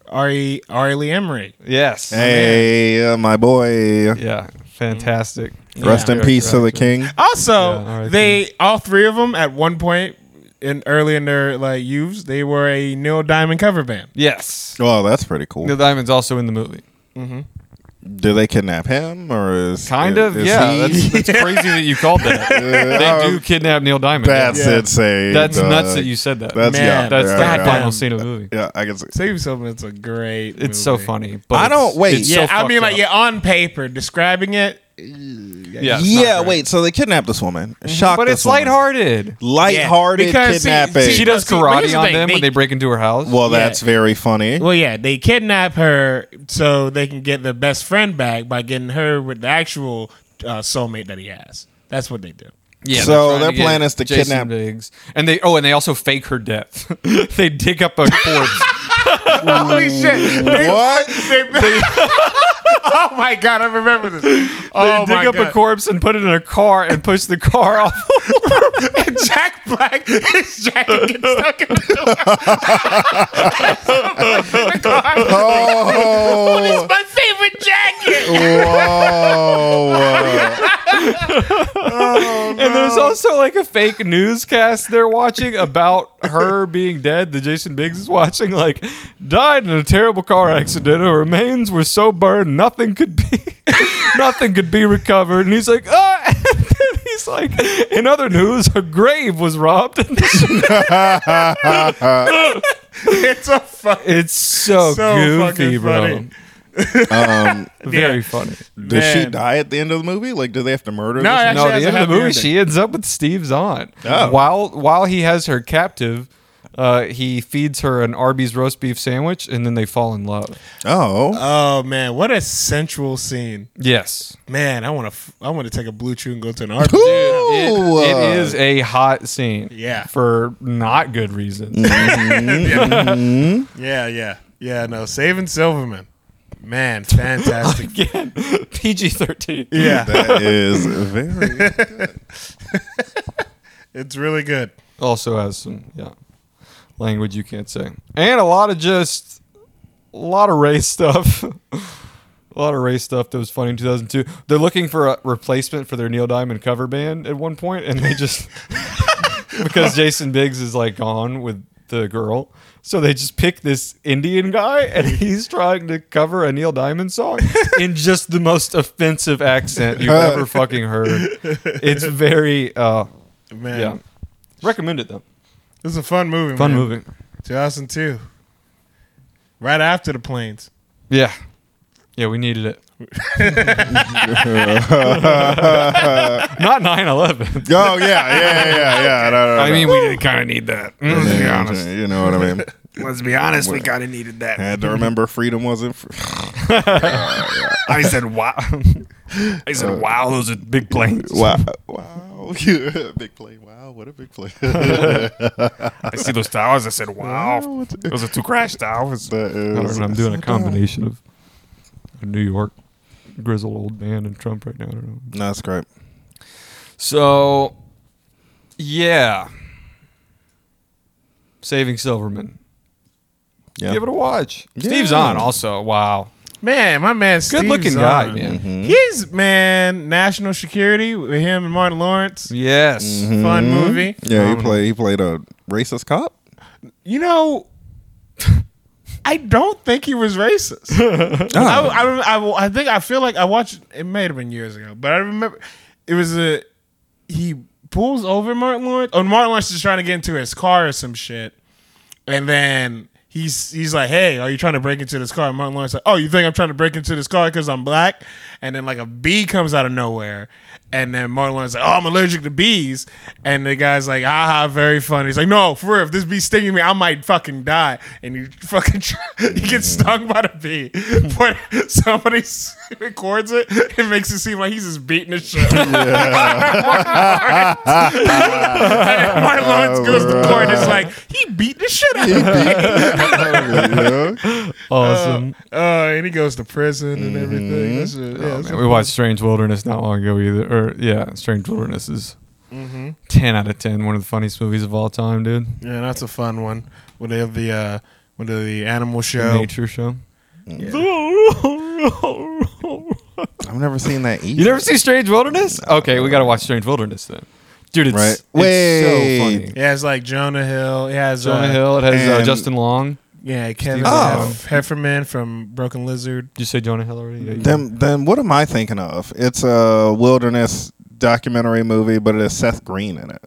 Ari Ari E Lee Emery.
yes
Hey, uh, my boy.
yeah fantastic
Rest in peace to the king.
Also,
E
Yeah, RIP.
they all three of them at one point in early in their like youths, they were a Neil Diamond cover band.
yes
Oh, that's pretty cool.
neil diamond's also in the movie
Do they kidnap him or is
kind
i-
of
is he-
yeah that's, that's crazy that you called that they do kidnap neil diamond yeah.
That's uh, insane.
That's
dog.
nuts that you said that.
That's
Man,
That's,
yeah.
that's
yeah,
the
yeah,
final
goddamn.
scene of the movie.
Yeah, I can see.
Save Silverman, it's a great.
It's so
movie.
funny. But
I
it's-
don't- wait.
it's so
Yeah, I mean, like
fucked up.
yeah, on paper, describing it,
Yeah, it's not
yeah,
great. Mm-hmm.
wait. So they kidnapped this woman. Shocked.
But
this
it's
woman.
lighthearted.
Lighthearted
Because, see,
kidnapping.
see,
She does
See, but here's
karate
the
on
thing,
them
they-
when they break into her house.
well,
Yeah.
that's very funny.
Well, yeah, they kidnap her so they can get their best friend back by getting her with the actual uh, soulmate that he has. That's what they do.
Yeah.
So
they're trying
their
get
plan is to
Jason
kidnap-
Biggs. and they oh, and they also fake her death. they dig up a corpse.
Holy
Mm.
shit!
what?
They- oh my god, I remember this. Oh
they
my
dig up
god.
a corpse and put it in a car and push the car off.
Jack Black, his jacket gets stuck in the door.
Oh,
it's my favorite jacket.
whoa!
And there's also like a fake newscast they're watching about her being dead. The Jason Biggs is watching, like, died in a terrible car accident. Her remains were so burned, nothing could be, nothing could be recovered. And he's like, ah. And then he's like, in other news, her grave was robbed.
It's a fuck.
it's so,
So
goofy,
fucking
bro.
funny.
Um,
Very
Yeah.
funny.
does she
Man.
die at the end of the movie? Like, do they have to murder?
No,
this
actually,
no,
has
at the
a
end of
happy
the movie,
ending.
she ends up with Steve's aunt.
Oh.
While while he has her captive, uh, he feeds her an Arby's roast beef sandwich, and then they fall in love.
Oh,
Oh man, what a sensual scene.
Yes,
Man, I want to. I want to take a blue chew and go to an art.
It-
Ooh,
it
uh,
is a hot scene.
Yeah.
for not good reason.
Mm.
Mm-hmm.
Yeah, yeah, yeah. No, Saving Silverman. Man, fantastic.
Again, PG thirteen.
yeah,
that is very.
it's really good.
Also has some yeah language you can't say, and a lot of just a lot of race stuff. A lot of race stuff that was funny in 2002. They're looking for a replacement for their Neil Diamond cover band at one point, and they just because Jason Biggs is like gone with the girl, so they just pick this Indian guy, and he's trying to cover a Neil Diamond song in just the most offensive accent you've ever fucking heard. It's very uh,
Man,
yeah. Recommend it though.
this is a fun movie.
Fun
man.
movie.
2002. Right after the planes.
Yeah. Yeah, we needed it. Not 9 11.
Oh yeah, yeah, yeah, yeah. yeah. No, no, no,
I
no.
mean, we did kind of need that. Mm, Let's be honest.
You know what I mean?
Let's be honest, we kind of needed
I
that.
had to remember freedom wasn't. Fr-
I said, wow. I said, wow, those are big planes.
wow, wow, big play. Wow, what a big play. that
I see those towers. I said, wow. Those are two crash towers.
I don't
is.
know, I'm doing a combination of a New York grizzled old man and Trump right now. I don't know.
No, that's great.
So, yeah. Saving Silverman.
Yeah.
Give it a watch. Steve's on also. Wow.
Man, my man. Steve's
Good looking
on.
guy, man.
Mm-hmm. He's man. National Security with him and Martin Lawrence.
Yes. Mm-hmm.
Fun movie.
yeah, he played. He played a racist cop.
You know, I don't think he was racist. I, I, rem- I, w- I think I feel like I watched. It may have been years ago, but I remember it was a he pulls over Martin Lawrence. Oh, Martin Lawrence is trying to get into his car or some shit, and then he's he's like, "Hey, are you trying to break into this car?" And Martin Lawrence like, "Oh, you think I'm trying to break into this car because I'm black?" And then like a bee comes out of nowhere, and then Martin Lawrence like, "Oh, I'm allergic to bees," and the guy's like, "Aha, very funny." He's like, "No, for real, if this bee stinging me, I might fucking die." And you fucking try, he gets stung by the bee, but somebody records it. It makes it seem like he's just beating the shit. out of Martin Lawrence goes to court. and It's like he beat the shit out of me.
yeah.
Awesome.
Uh, and he goes to prison and everything. That's a, yeah, that's a-
Man, we watched Strange Wilderness not long ago either. Or yeah, Strange Wilderness is
Mm-hmm.
ten out of ten. One of the funniest movies of all time, dude.
yeah, that's a fun one. When they have the uh, when they have the animal
The
show.
Nature show.
I've never seen that either.
You never see Strange Wilderness? Okay, we gotta watch Strange Wilderness then, dude. It's,
Right.
it's so
Wait.
funny.
It has like Jonah Hill. It has
Jonah
uh,
Hill. It has uh,
and-
Justin Long.
Yeah, Kevin
Oh.
Heff- Hefferman from Broken Lizard.
Did you say Jonah Hill already? Yeah, you did.
Then, then what am I thinking of? It's a wilderness documentary movie, but it has Seth Green in it.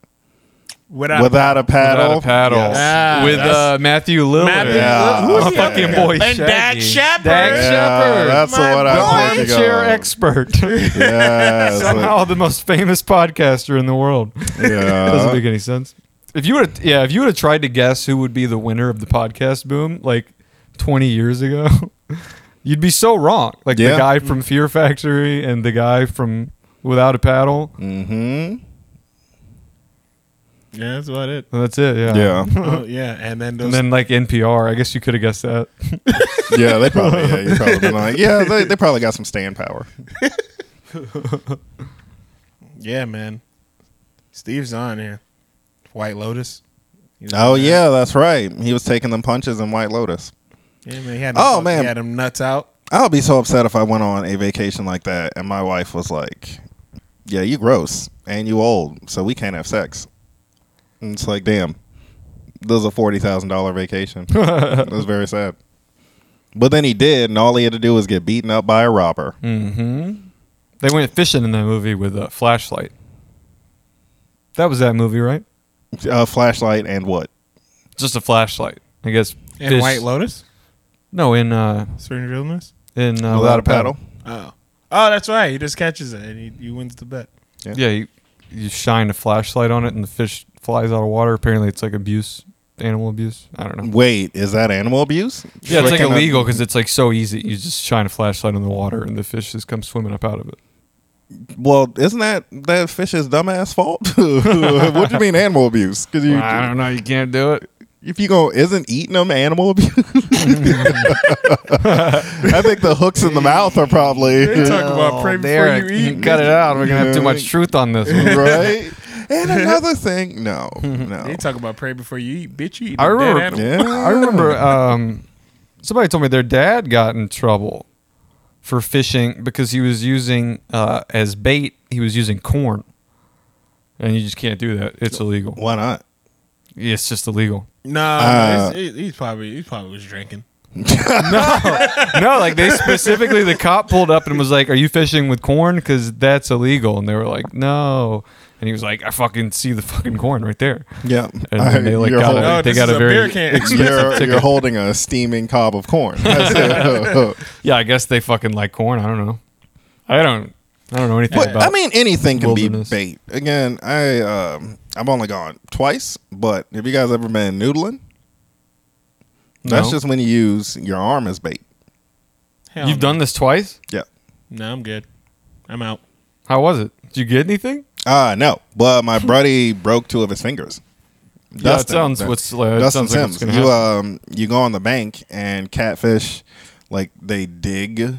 Without,
without a paddle.
Without a paddle.
Yes.
Ah,
with
that's-
uh, Matthew Lillard.
Matthew
Yeah.
Lillard. Who
My
is the
fucking
other guy?
boy.
And Dak Shepard.
Dak
Yeah,
Shepard.
that's
My
what I
Armchair
was thinking of.
expert.
Yeah, it's like-
Somehow the most famous podcaster in the world. Doesn't
yeah.
make any sense. If you would, yeah, if you would have tried to guess who would be the winner of the podcast boom like 20 years ago, you'd be so wrong. Like
Yeah.
the guy from Fear Factory and the guy from Without a Paddle.
Mm-hmm.
Yeah, that's about it.
That's it. Yeah.
Yeah.
Oh, yeah, and then those.
And then like NPR, I guess you could have guessed that.
Yeah, they probably. Yeah, you probably been like, yeah, they, they probably got some staying power.
yeah, man. Steve's on here. White Lotus. He was
Oh
on that.
yeah, that's right. He was taking them punches in White Lotus.
Yeah, man. He had
Oh,
oh man,
man.
he had him nuts out.
I'll be so upset if I went on a vacation like that and my wife was like, "Yeah, you gross and you old, so we can't have sex." And it's like, damn, this is a forty thousand dollar vacation. it was very sad. But then he did, and all he had to do was get beaten up by a robber.
Mm-hmm. They went fishing in that movie with a flashlight. That was that movie, right?
A flashlight and what?
Just a flashlight, I guess.
And
fish-
White Lotus.
No, in uh,
Serena Realness.
in uh, without a paddle.
Oh. Oh, that's right. He just catches it and he, he wins the bet.
Yeah, you, you shine a flashlight on it, and the fish flies out of water. Apparently, it's like abuse, animal abuse. I don't know.
Wait, is that animal abuse?
Yeah, it's like
Freaking-
illegal because it's like so easy. You just shine a flashlight in the water, and the fish just come swimming up out of it.
Well, isn't that that fish's dumbass fault? what do you mean animal abuse? Because you,
I don't know. You can't do it.
if you go, isn't eating them animal abuse? I think the hooks in the mouth are probably
They talk about pray before
Derek,
you eat.
Oh, cut it out. We're gonna have too
Yeah.
much truth on this. One.
right. And another thing, no, no,
They talk about pray before you eat. Bitch, you eat.
I remember-
yeah,
I remember um, somebody told me their dad got in trouble for fishing because he was using uh, as bait. He was using corn, and you just can't do that. It's illegal.
Why not?
Yeah, It's just illegal.
No,
Uh,
it's- he- he's probably he probably was drinking.
No, like they specifically, the cop pulled up and was like, "Are you fishing with corn? Because that's illegal." And they were like, "No." And he was like, "I fucking see the fucking corn right there."
Yeah,
And then they like
you're,
got
holding,
a,
No,
they
Oh, this
got
is
a
a
very
beer can.
expensive
you're,
ticket.
you're holding a steaming cob of corn. That's it.
Yeah, I guess they fucking like corn. I don't know. I don't. I don't know anything
But
about.
I mean, anything can
wilderness.
be bait. Again, I um, I've only gone twice, but have you guys ever been noodling? That's
No.
just when you use your arm as bait.
Hell
You've
no.
done this twice.
Yeah.
No, I'm good. I'm out.
How was it? Did you get anything?
Uh no, but my buddy broke two of his fingers.
Yeah, it sounds what's uh, it
Dustin
sounds like
Sims.
what's gonna
you
happen.
um you go on the bank and catfish, like they dig,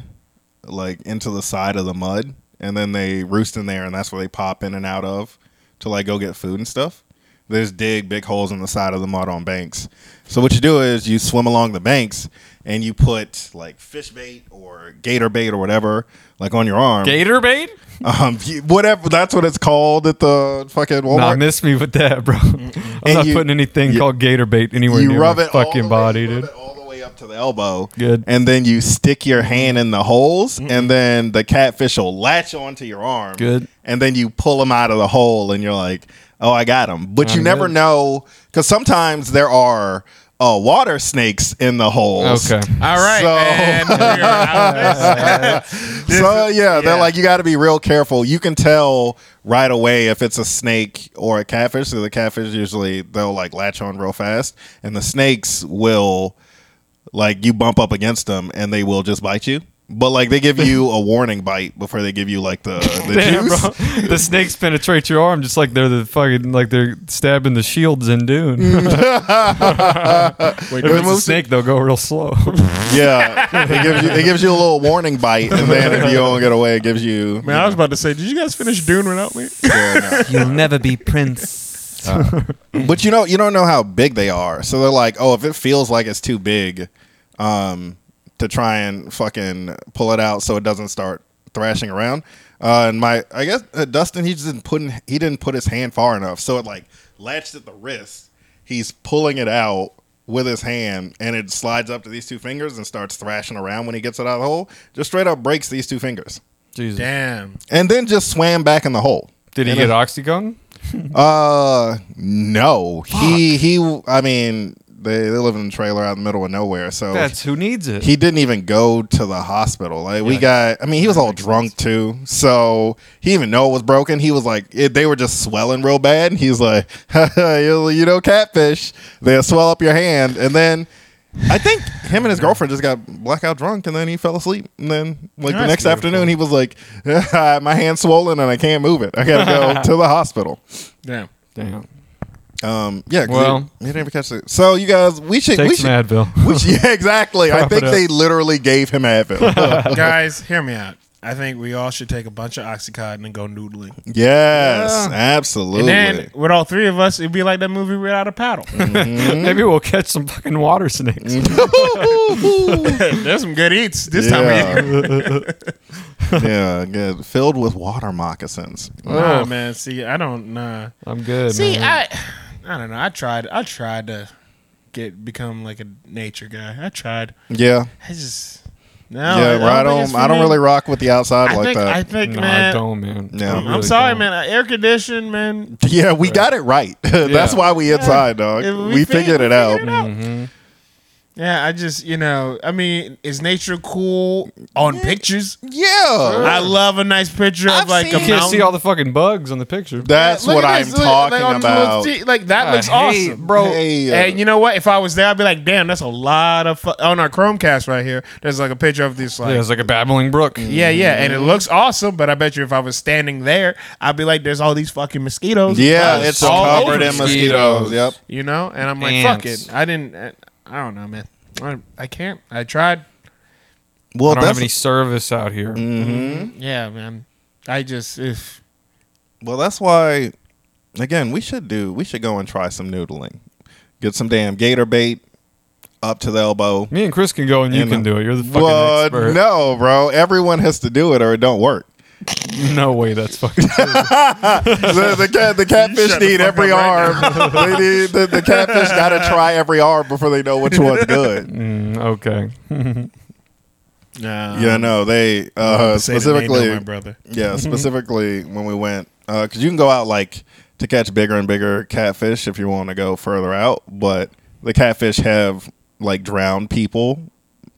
like into the side of the mud, and then they roost in there, and that's where they pop in and out of to like go get food and stuff. They just dig big holes in the side of the mud on banks. So what you do is you swim along the banks and you put like fish bait or gator bait or whatever like on your arm.
Gator bait?
Um, you- whatever that's what it's called at the fucking Walmart.
Nah, miss me with that, bro. I'm
And
not
you-
putting anything
you-
called gator bait anywhere
you
near
rub
my
it all the
fucking
way-
body,
you rub
dude.
it all the way up to the elbow.
Good.
And then you stick your hand in the holes, and then the catfish will latch onto your arm.
Good.
And then you pull them out of the hole, and you're like, "Oh, I got them." But you
I'm
never
good.
know because sometimes there are uh, water snakes in the holes.
Okay.
All right.
So-
and we are out.
So yeah,
yeah.
they're like you got to be real careful. You can tell right away if it's a snake or a catfish. So the catfish usually they'll like latch on real fast, and the snakes will like you bump up against them and they will just bite you. But like they give you a warning bite before they give you like the, the
Damn,
juice.
bro. The snakes penetrate your arm just like they're the fucking like they're stabbing the shields in Dune.
Mm.
if
Wait,
it's a
moves-
snake, they'll go real slow.
Yeah, it gives you it gives you a little warning bite, and then if you don't get away, it gives you.
man, I was about to say, did you guys finish Dune without me?
Yeah, no.
You'll never be prince.
But you know, you don't know how big they are. So they're like, oh, if it feels like it's too big, um, to try and fucking pull it out so it doesn't start thrashing around. Uh, and my, I guess uh, Dustin, he just didn't put in, he didn't put his hand far enough, so it like latched at the wrist. He's pulling it out with his hand, and it slides up to these two fingers and starts thrashing around when he gets it out of the hole. Just straight up breaks these two fingers,
Jesus.
Damn.
and then just swam back in the hole.
Did he
And
get
it-
oxycontin?
Uh, no. He he. I mean, they they live in a trailer out in the middle of nowhere, so
That's who needs it.
Oh. he didn't even go to the hospital. Like we got, I mean, he was all drunk too, so he didn't even know it was broken. He was like, it, they were just swelling real bad, and he's like, you, you know, catfish, they'll swell up your hand, and then. I think him and his girlfriend just got blackout drunk, and then he fell asleep. And then, like the
That's
next
beautiful.
afternoon, he was like, "My hand's swollen and I can't move it. I gotta go to the hospital."
Damn.
Damn.
Um, yeah. 'cause
Well-
he, he didn't even catch it. So you guys, we should
Take
we
some
should
Advil.
we should- yeah, exactly. I
Prop
think
it up.
they literally gave him Advil.
Guys, hear me out. I think we all should take a bunch of Oxycontin and go noodling.
yes, absolutely.
And then with all three of us, it'd be like that movie Without a Paddle.
Mm.
Maybe we'll catch some fucking water snakes.
There's some good eats this time of year.
yeah, good. Filled with water moccasins.
Nah, man. See, I don't. Nah.
I'm good.
See,
man.
I, I don't know. I tried. I tried to get become like a nature guy. I tried.
Yeah,
I just no.
yeah. Right on. I don't really rock with the outside
I
like
think.
that.
I think,
no,
man.
I don't, man.
No.
I
I'm
I'm
really
sorry,
don't.
man. Uh, Air conditioned, man.
yeah, we got it right. That's
Yeah.
why we inside, dog.
If
We,
we fi-
figured
we
it out.
figured it out.
Mm-hmm.
Yeah, I just you know. I mean, is nature cool on pictures?
Yeah,
I love a nice picture
I've
of like
seen-
a
You can't see
mountain.
all the fucking bugs on the picture.
that's
Look
what
at
I'm
this, look-
talking
like, on the little
about.
t- like that
I
looks
hate-
awesome,
bro.
Hey, uh,
And you know what? If I was there, I'd be like, damn, that's a lot of fu-. on our Chromecast right here. There's like a picture of this like
yeah, it's like a babbling brook.
Yeah, yeah, and it looks awesome, but I bet you if I was standing there, I'd be like, "There's all these fucking mosquitoes."
yeah, it's
all
covered
over
in
me,
mosquitoes.
mosquitoes.
Yep.
You know, and I'm like, "Fuck
Ants.
it." I didn't. I, I don't know, man. I, I can't. I tried.
Well,
I don't
that's Mm.
have
mm-hmm.
any service out here.
Yeah, man. I just. If,
Well, that's why. Again, we should do. We should go and try some noodling. Get some damn gator bait up to the elbow.
Me and Chris can go, and you
And,
can
uh,
do it. You're the fucking
Well,
expert.
no, bro. Everyone has to do it, or it don't work.
No way, that's fucking.
the, the cat, the catfish
shut the
need
fuck
every
up
arm. they need, the, the catfish got to try every arm before they know which one's good.
Mm, okay.
nah,
yeah, no, they uh,
say that they know
specifically.
my brother.
Yeah, specifically when we went, because you can go out like to catch bigger and bigger catfish if you want to go further out, but the catfish have like drowned people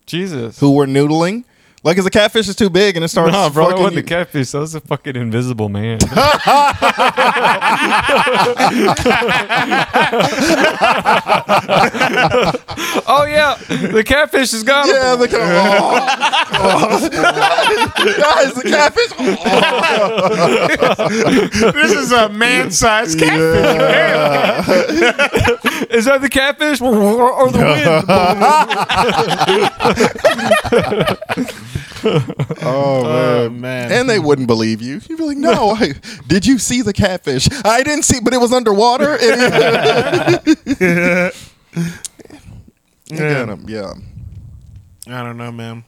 Jesus.
who were noodling. Like, because the catfish is too big and it starts
Nah, bro, that
fucking.
wasn't
you-
a catfish. That was a fucking invisible man. oh yeah, the catfish is gone.
yeah, the catfish. Guys, the catfish.
this is a man-sized cat.
Is that the catfish or or the wind?
Oh,
Oh,
man.
man.
And they wouldn't believe you. You'd be like, no, I, did you see the catfish? I didn't see, but it was underwater. It- You got 'em, yeah.
I don't know, man.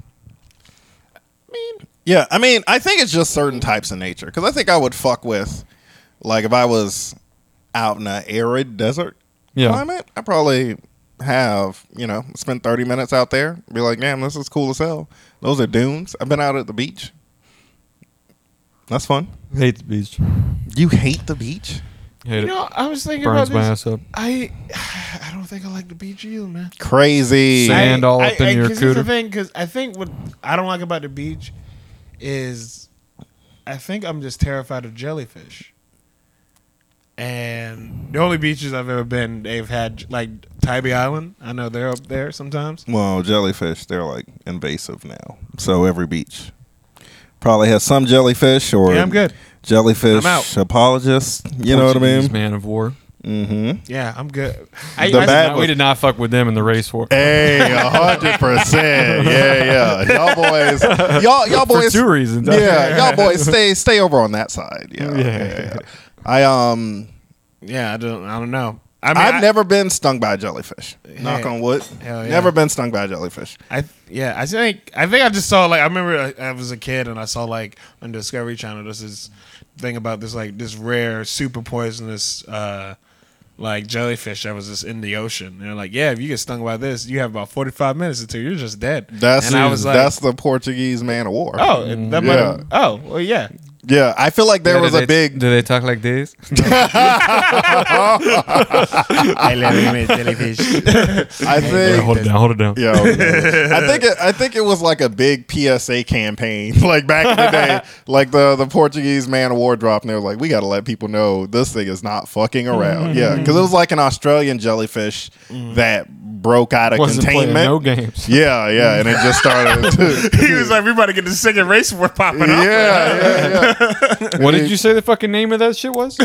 Yeah, I mean, I think it's just certain types of nature because I think I would fuck with, like, if I was out in an arid desert
Yeah.
climate, I probably have you know spend thirty minutes out there, be like, damn, this is cool as hell. Those are dunes. I've been out at the beach. That's fun.
Hate the beach.
You hate the beach?
Hate
You
it.
know, I was thinking
Burns my
about this.
ass up.
I, I don't think I like the beach either, man.
Crazy.
Same. Sand all up in your
'cause here's the
cooter.
thing, 'cause I think what I don't like about the beach is, I think I'm just terrified of jellyfish. And the only beaches I've ever been, they've had like Tybee Island. I know they're up there sometimes.
Well, jellyfish, they're like invasive now. So every beach probably has some jellyfish or
Yeah, I'm good. I'm
jellyfish
out.
apologists. You know what I
Portuguese
mean?
Man of war.
Mm-hmm.
Yeah, I'm good.
The
I did
bad
not- we
one.
did not fuck with them in the race war.
Hey, a hundred percent. Yeah, yeah. Y'all boys, y'all, y'all
For
boys.
two reasons.
Yeah, y'all boys, stay, stay over on that side. Yeah,
Yeah.
yeah. yeah, yeah. I um,
yeah, I don't. I don't know. I mean,
I have
I-
never been stung by a jellyfish. Knock
Hey.
on wood.
Hell yeah.
Never been stung by a jellyfish.
I yeah, I think I think I just saw like I remember uh, I, I was a kid and I saw like on Discovery Channel this is thing about this like this rare super poisonous uh like jellyfish that was just in the ocean. And they're like, yeah, if you get stung by this, you have about forty five minutes until you're just dead.
That's
and I was like,
that's the Portuguese man of war.
oh, that might
Yeah.
oh well yeah.
Yeah, I feel like there
Yeah,
was
do
a
they-
big.
Do they talk like this?
I love him jellyfish.
I
Yeah,
think.
hold it down. Hold it down.
Yo, I think it, I think it was like a big PSA campaign, like back in the day, like the the Portuguese man of war dropped, and they were like, "We got to let people know this thing is not fucking around." Yeah, because it was like an Australian jellyfish that broke out of
Mm. Wasn't playing
containment.
no games.
yeah, yeah, and it just started. to-
He was like, "We about to get the second race war popping
yeah,
off."
yeah, yeah.
What did you say the fucking name of that shit was?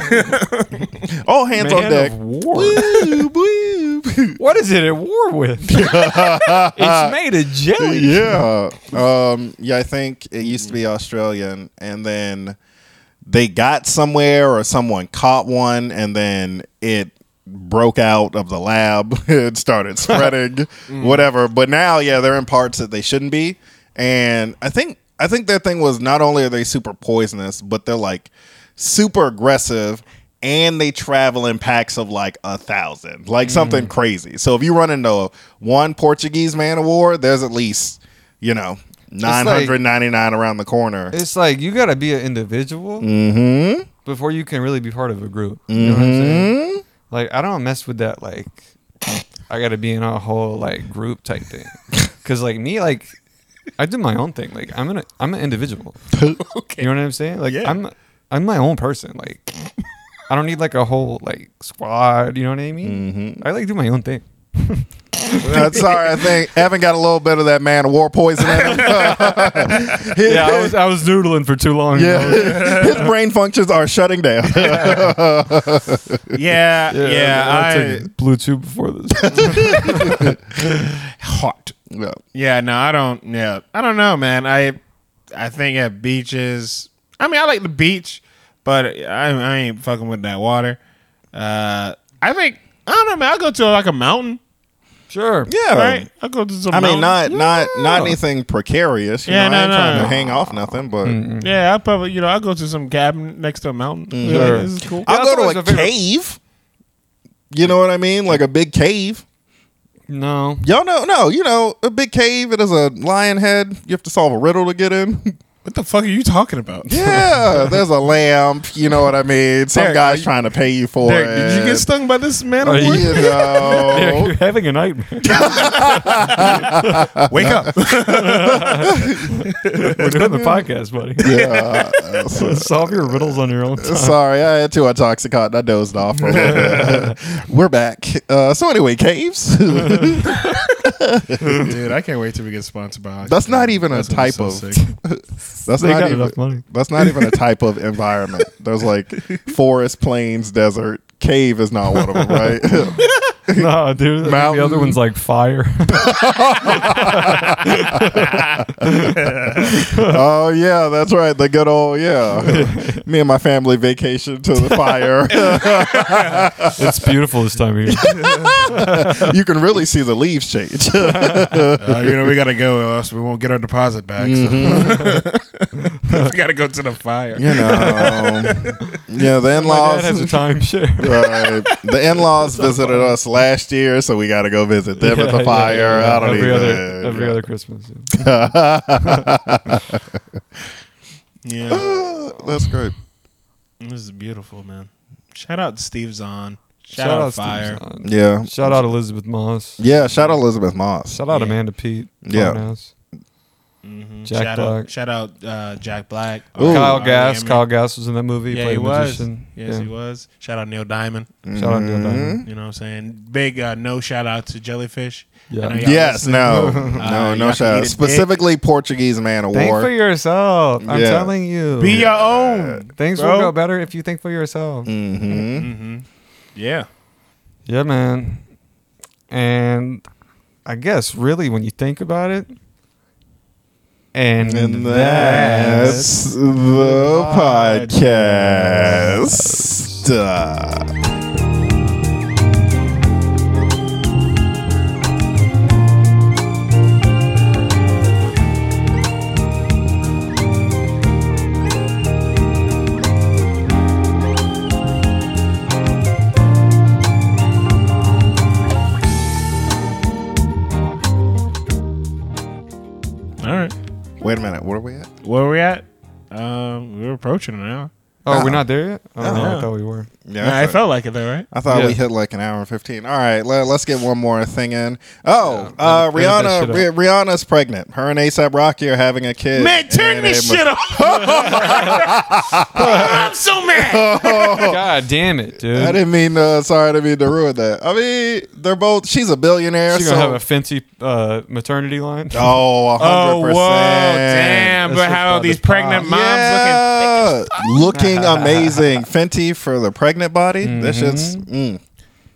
All hands on
Man
deck.
of War.
Boop, boop.
What is it at war with? it's made of jelly.
yeah. Um, yeah, I think it used to be Australian, and then they got somewhere or someone caught one, and then it broke out of the lab and started spreading, whatever. But now, yeah, they're in parts that they shouldn't be, and I think I think their thing was not only are they super poisonous, but they're like super aggressive. And they travel in packs of like a thousand, like something crazy. So if you run into one Portuguese man of war, there's at least, you know,
like-
999 around the corner. Mm-hmm.
It's like you gotta be an individual
Mm.
before you can really be part of a group. You know what I'm saying? Like I don't mess with that. Like I gotta be in a whole like group type thing. Cause like me, like I do my own thing. Like I'm an I'm an individual. You know what I'm saying? Like
Yeah.
I'm I'm my own person. Like I don't need like a whole like squad. You know what I mean? I like do my own thing.
I'm Uh, sorry. I think Evan got a little bit of that man of war poison. In him.
Yeah, I was I was noodling for too long.
yeah. His brain functions are shutting down.
Yeah, yeah.
I, took blue chew before this.
I hot.
yeah.
Yeah, no, I don't. Yeah, I don't know, man. I, I think at beaches. I mean, I like the beach, but I, I ain't fucking with that water. Uh, I think I don't know, man. I'll go to like a mountain,
Sure.
Yeah.
right? I'll go to some.
I mean,
mountain.
not not not anything precarious. You
Yeah,
know, I
no,
ain't
no,
trying to
no.
hang off nothing, but
Yeah, I probably you know I'll go to some cabin next to a mountain.
Mm-hmm.
Yeah,
Sure.
This is cool.
I'll
that's
go
always
to a
my favorite.
cave. You know what I mean? Like a big cave.
No.
Y'all know? No, you know, a big cave. It has a lion head. You have to solve a riddle to get in.
What the fuck are you talking about?
yeah, there's a lamp. You know what I mean? Some
Derek,
guy's
are you-
trying to pay you for
Derek,
it.
did you get stung by this man?
Are
Of war?
you-
You know.
You're having a nightmare.
Wake up!
We're doing the podcast, buddy.
yeah. uh, so-
Solve your riddles on your own time.
Sorry, I had too much oxycontin. I dozed off for a little bit. We're back. Uh, so anyway, caves.
Dude, I can't wait till we get sponsored by.
That's not even a
That's gonna be
type of-
sick.
That's
They
not
got
even
enough money.
that's not even a type of environment. There's like forest, plains, desert. Cave is not one of them, right?
No, dude. I think The other
Mountain.
one's like fire.
oh yeah, that's right. The good old yeah. Me and my family vacation to the fire.
it's beautiful this time of year.
you can really see the leaves change.
Uh, you know, we gotta go, or else we won't get our deposit back. so. we gotta go to the fire.
you know. Yeah, the
My dad
in-laws
has a timeshare.
Right. The in-laws visited us last year, so we got to go visit them at
Yeah,
the
yeah,
fire.
yeah.
I don't
every
even.
Other, every other Christmas. yeah.
Yeah,
That's great.
this is beautiful, man. Shout out Steve Zahn. Shout, out,
Shout out
Fire.
Steve Zahn.
Yeah,
Shout out Elizabeth Moss.
yeah. Shout out Elizabeth Moss.
Shout out
Yeah.
Amanda Pete.
Yeah.
Farnhouse.
Mhm.
Jack
shout
Black.
Out, shout out uh, Jack Black.
Ooh.
Kyle
R.E.M.
Gass. Kyle Gass was in that movie.
Yeah,
played
he
a
was.
magician.
Yes,
Yeah.
he was. Shout out Neil Diamond.
Shout out to
Mm-hmm.
Diamond.
You know what I'm saying? Big uh, no shout out to Jellyfish.
Yeah.
I know y'all
Yes,
listening.
no,
Uh,
no,
y'all
no.
can eat a
Shout out.
dick.
specifically Portuguese man of
Think for
war.
yourself. I'm
Yeah.
telling you.
Be your own.
Things
bro.
will go better if you think for yourself.
Mm-hmm.
Yeah.
Yeah, man. And I guess really when you think about it,
Mm-hmm.
and,
And that's the podcast.
All right.
Wait a minute. Where are we at?
Where we at? Um, we were approaching an hour.
Oh, we're not there yet. Oh, no,
Yeah.
Uh-huh.
I thought we were.
Yeah,
Nah, I
that's right.
felt like it though, right?
I thought
Yeah.
we hit like an hour and 15. All right, let, us get one more thing in. Oh, uh,
edit that
Rihanna
shit
Rih- Rihanna's pregnant. Her and ASAP Rocky are having a kid.
Man, turn
And
this
it-
shit off. I'm so mad.
God damn it, dude.
I didn't mean uh, sorry, I didn't mean to ruin that. I mean, they're both she's a billionaire,
She's
so
gonna have a fancy uh, maternity line.
Oh, 100%.
Oh, whoa, damn.
That's
But
what's
how
about
these
to pop.
pregnant moms
yeah. looking amazing. Fenty for the pregnant body. This shit's
Mm-hmm.
mm.
looking.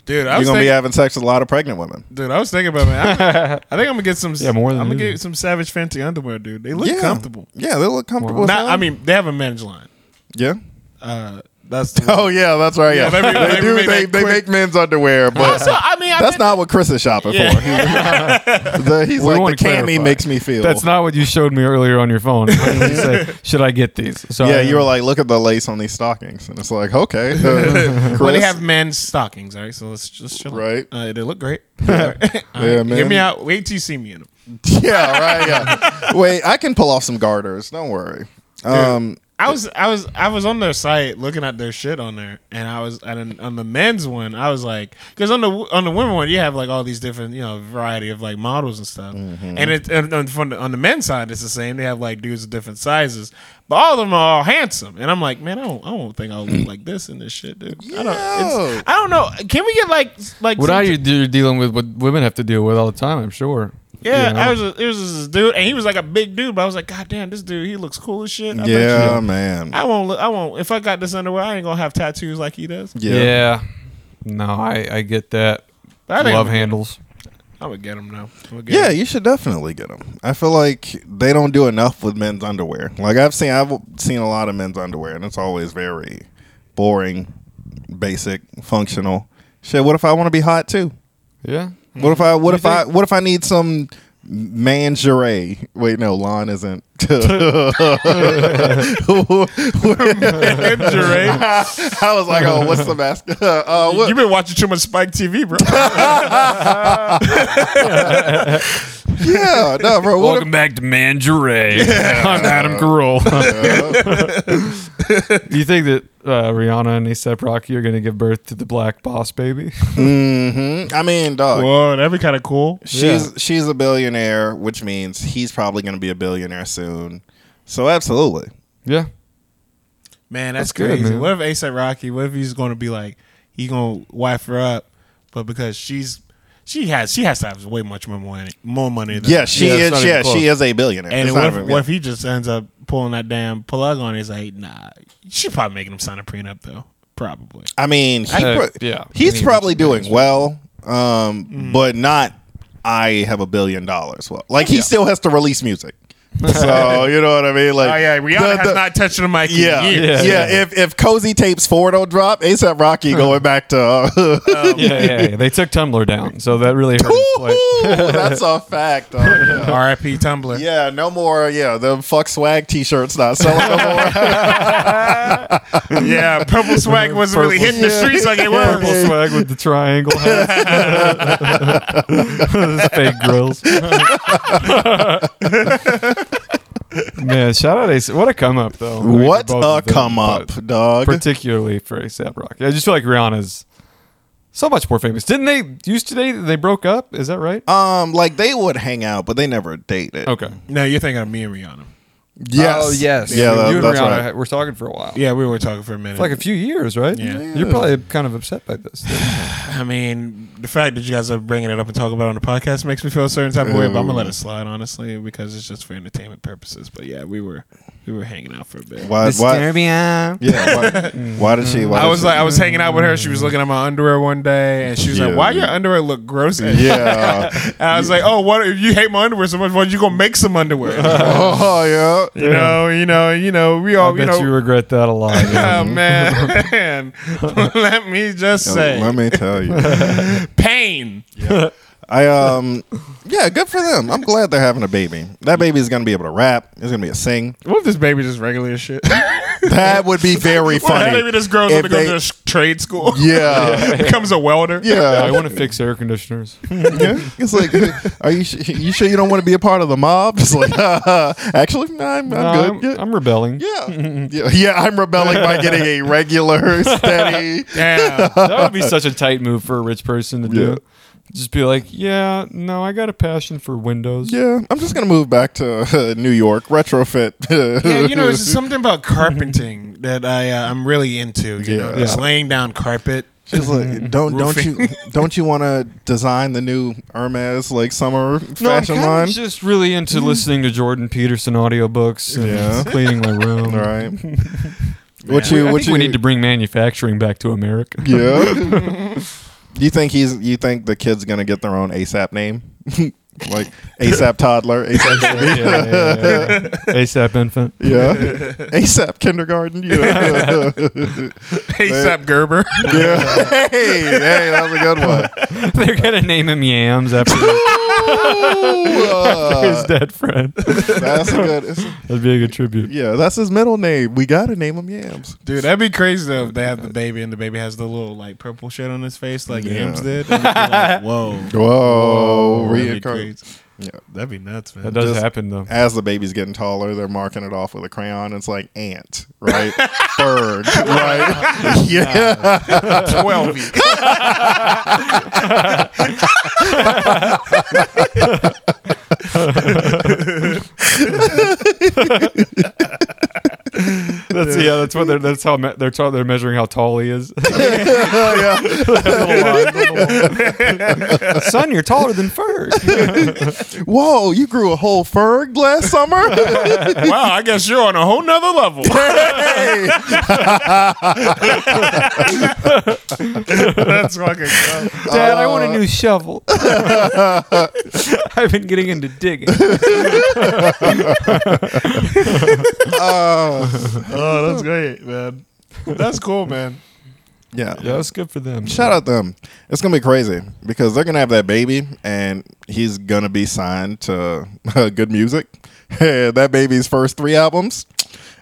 Dude, I
You're
was
gonna be
thinking,
having sex with a lot of pregnant women.
dude, I was thinking about man. I, I think I'm gonna get some.
Yeah, more than
I'm gonna
you.
get some Savage Fenty underwear, dude. They look
yeah,
comfortable.
Yeah, they look comfortable.
Not,
as hell.
I mean, they have a men's line.
yeah.
Uh, that's
Oh yeah, that's right. Yeah,
Yeah, maybe-
they
maybe
do.
make
They,
that
they
quick.
make men's underwear, but
Also, I mean, I've
that's
been-
not what Chris is shopping for. the, he's
We wanna
like the cami
clarify.
makes me feel.
That's not what you showed me earlier on your phone. You said, Should I get these? So
Yeah,
I-
you were like, look at the lace on these stockings, and it's like, okay, uh,
Well, they
Chris.
have men's stockings, all right? So let's just chill. out.
Right.
Uh, they look great. Yeah,
Yeah, man.
Get me out. Wait till you see me in them.
yeah, right. Yeah. Wait, I can pull off some garters. Don't worry. Um,
I was I was I was on their site looking at their shit on there, and I was at an, on the men's one. I was like, because on the on the women one, you have like all these different you know variety of like models and stuff,
Mm-hmm.
and it and on, from the, on the men's side it's the same. They have like dudes of different sizes, but all of them are all handsome, and I'm like, man, I don't I don't think I'll look like this in this shit, dude. I don't
Yo.
it's, I don't know. Can we get like like
What
some-
are you you're dealing with? What women have to deal with all the time? I'm sure.
Yeah,
You know?
I was a, it was this dude, and he was like a big dude, but I was like, God damn, this dude, he looks cool as shit. I bet
yeah,
you-
man.
I won't. Look, I won't. If I got this underwear, I ain't gonna have tattoos like he does.
Yeah. No, I I get that.
But I think
Love
I'm,
handles.
I'm gonna get him now. I'm gonna get
Yeah,
'em.
you should definitely get them. I feel like they don't do enough with men's underwear. Like I've seen, I've seen a lot of men's underwear, and it's always very boring, basic, functional. Shit, what if I want to be hot too?
Yeah.
What
Mm-hmm.
if I? What if
do you
I? What if I need some lingerie? Wait, no, lawn isn't.
Lingerie.
I was like, oh, what's the mask? Uh, what?
You've been watching too much Spike TV, bro.
Yeah, no, bro. What if,
Welcome back to Mangeray. I'm Adam Carolla.
Do you think that uh, Rihanna and ASAP Rocky are going to give birth to the Black Boss baby?
Mhm. I mean, dog.
Whoa, that'd be kind of cool.
She's she's a billionaire, which means he's probably going to be a billionaire soon. So absolutely.
yeah.
Man, that's,
That's good,
crazy.
man.
What if ASAP Rocky? What if he's gonna be like, he gonna wife her up, but because she's she has she has to have way much more money more money. Than
Yeah, she
Yeah, it's not
is.
even
Yeah,
close.
she is a billionaire.
And
It's
what
not
if,
even-
what if he just ends up pulling that damn plug on? He's like, nah. She probably making him sign a prenup though. Probably.
I mean, he
Uh,
pro-
yeah.
he's probably doing well, um, but not. I have a billion dollars. Well, like he still has to release music. so you know what I mean? Like,
Oh yeah, Rihanna
the-
has
the-
not touched the mic
Yeah,
in
yeah,
years.
If if Cozy Tapes four don't drop, ASAP Rocky going back to. Uh,
yeah. Yeah. yeah. They took Tumblr down, so that really hurt. his play.
that's a fact. dog. Yeah.
R.I.P. Tumblr.
Yeah, no more. Yeah, the fuck swag T-shirts not selling no more.
Yeah, purple swag wasn't really hitting the streets like it was.
Purple swag with the triangle hats. Those fake grills. Man, shout out ASAP. What a come up, though. I mean, for
what
both
a
of them,
come up,
but
dog.
Particularly for ASAP Rocky. I just feel like Rihanna's so much more famous. Didn't they used to date? They broke up. Is that right?
um, like they would hang out, but they never dated.
Okay.
No, you're thinking of me and Rihanna.
Yes.
Oh yes.
Yeah, that-
you and
that's
Rihanna
right.
were talking for a while.
Yeah, we were talking for a minute.
Like a few years, right?
Yeah.
You're probably kind of upset by this.
I mean, the fact that you guys are bringing it up and talking about it on the podcast makes me feel a certain type of way. But I'm gonna let it slide, honestly, because it's just for entertainment purposes. But yeah, we were we were hanging out for a bit.
Why? Why? Yeah. Why, why did she? Why
I
did
was
she-
like, I was hanging out with her. She was looking at my underwear one day, and she was
Yeah.
like, "Why your underwear look gross?" And
yeah.
I was like, "Oh, what if you hate my underwear so much? Why don't you go make some underwear?"
oh yeah.
you know, you know, you know. We
I
all, you
bet
know.
Oh, you regret that a lot.
oh man, let me just say,
Let me tell you.
pain.
I um. Yeah, good for them. I'm glad they're having a baby. That baby's gonna be able to rap. It's gonna be a sing.
What if this baby just regular as shit?
That would be very funny.
Maybe this girl's
If
gonna go
they-
to a s- trade school.
yeah.
becomes a welder.
I
Yeah.
want to fix air conditioners.
Yeah. It's like, are you su- you sure you don't want to be a part of the mob? It's like, actually, no, I'm,
Nah,
I'm
I'm,
good. Yeah.
I'm rebelling.
Yeah. yeah, yeah, I'm rebelling by getting a regular, steady.
Yeah.
That would be such a tight move for a rich person to
Yeah.
do. Just be like, yeah, no, I got a passion for windows.
Yeah, I'm just gonna move back to uh, New York, retrofit.
Yeah, you know, it's just something about carpenting that I uh, I'm really into. You know,
Yeah.
just
Yeah.
laying down carpet.
She's like, don't don't
Roofing.
you don't you want to design the new Hermes like summer
No, I'm
fashion
kinda
line?
just really into listening to Jordan Peterson audiobooks and
Yeah.
cleaning my room.
All right. What
I
you
think
what you
we need to bring manufacturing back to America.
Yeah. you think he's you think the kid's gonna get their own ASAP name? like ASAP toddler, ASAP baby.
yeah, yeah, yeah, yeah. ASAP infant.
Yeah. ASAP kindergarten. Yeah.
ASAP Gerber.
yeah. Hey, hey, that was a good one.
They're gonna name him Yams after
Ooh,
his
uh,
dead friend.
that's a good it's-
That'd be a good tribute.
Yeah, that's his middle name. We gotta name him Yams.
Dude, that'd be crazy though if they have the baby and the baby has the little like purple shit on his face like
Yeah.
Yams did. It'd be like, Whoa.
Whoa,
That'd be
reincarnate.
crazy.
Yeah.
That'd be nuts, man.
That does
Just-
happen though.
As the baby's getting taller, they're marking it off with a crayon. It's like ant, right? Bird, right? Yeah.
12 years.
That's yeah. That's what they're. That's how me- they're. taught they're measuring how tall he is.
yeah.
Son, you're taller than Ferg.
Whoa, you grew a whole Ferg last summer?
wow, I guess you're on a whole nother level.
hey.
That's fucking dumb.
Dad, I want
Uh.
a new shovel. I've been getting into digging.
Uh,
Oh, that's great, man. That's cool, man.
Yeah.
Yeah, that's good for them.
Shout out them. It's gonna be crazy because they're gonna have that baby, and he's gonna be signed to uh, good music. Hey, that baby's first three albums.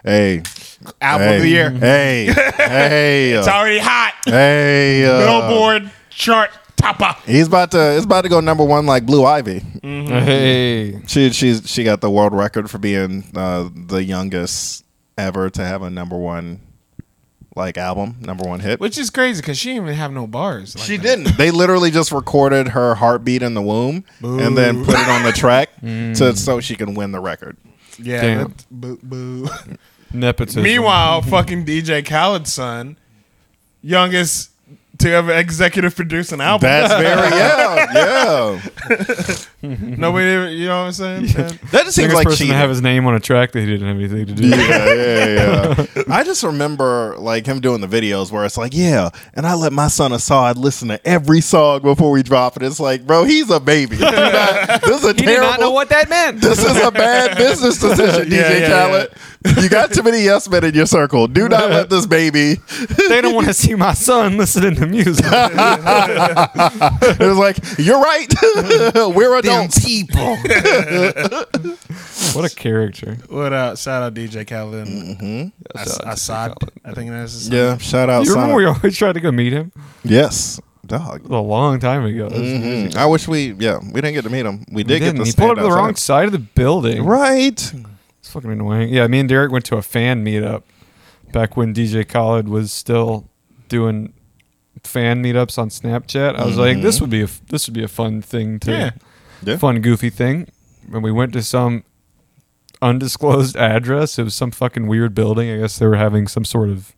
Hey,
Album
hey,
of the year.
Hey, hey,
It's already hot.
hey, uh,
Billboard chart topper.
He's about to. It's about to go number one like Blue Ivy.
Hey,
She she's she got the world record for being uh, the youngest ever to have a number one like album, number one hit.
Which is crazy because she didn't even have no bars. like
She
that.
didn't. They literally just recorded her heartbeat in the womb and then put it on the track to so she can win the record.
Yeah.
Damn.
that- Boo, boo.
nepotism.
Meanwhile, fucking DJ Khaled's son, youngest to ever executive produce an album.
That's very yeah, yeah.
Nobody, ever- you know what I'm saying? man?
That just seems
biggest
like
person
cheating.
to have his name on a track that he didn't have anything to do.
yeah, yeah, yeah. I just remember like him doing the videos where it's like, yeah, and I let my son Assad listen to every song before we drop it. It's like, bro, he's a baby. Do not- this is a
He did not know
terrible.
what that meant.
This is a bad business decision,
Yeah,
DJ
yeah,
Khaled. You got too many yes men in your circle. Do not let this baby
They don't want to see my son listening to music.
it was like, you're right. We're adults.
people. what a character.
What uh, shout out DJ Khaled and As- Assad. I think that's his son.
Yeah, shout out.
You remember
Sonic.
we always tried to go meet him?
yes, dog.
A long time ago.
Mhm. I wish we, yeah, we didn't get to meet him. We
He
did get to
He
stand
pulled up to the wrong
outside.
side of the building.
Right.
It's fucking annoying. Yeah, me and Derek went to a fan meetup back when DJ Khaled was still doing fan meetups on Snapchat. I was like, this would be a this would be a fun thing to
Yeah.
Mm-hmm. Yeah.
fun goofy thing. And we went to some undisclosed address. It was some fucking weird building. I guess they were having some sort of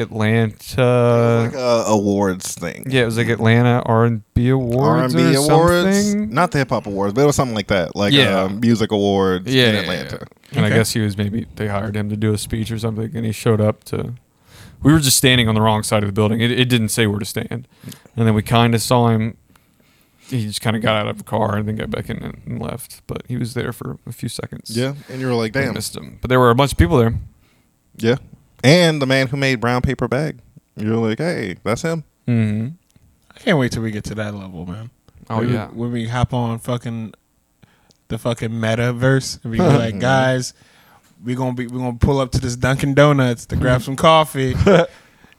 Atlanta.
Like a awards thing.
Uh, yeah, it was like Atlanta R and B awards
R&B
or
awards,
something.
not the hip hop awards, but it was something like that, like
Yeah.
um, music awards
Yeah,
in
yeah,
Atlanta.
And I guess he was maybe they hired him to do a speech or something, and he showed up to. We were just standing on the wrong side of the building. It, it didn't say where to stand, and then we kind of saw him. He just kind of got out of the car and then got back in and, and left. But he was there for a few seconds.
Yeah. and you were like,
I
damn,
missed him. But there were a bunch of people there.
yeah. And the man who made brown paper bag, you're like, hey, that's him.
Mm-hmm.
I can't wait till we get to that level, man.
Oh
when
yeah,
we, when we hop on fucking the fucking metaverse and we go like, guys, we're gonna be we're gonna pull up to this Dunkin' Donuts to grab some coffee.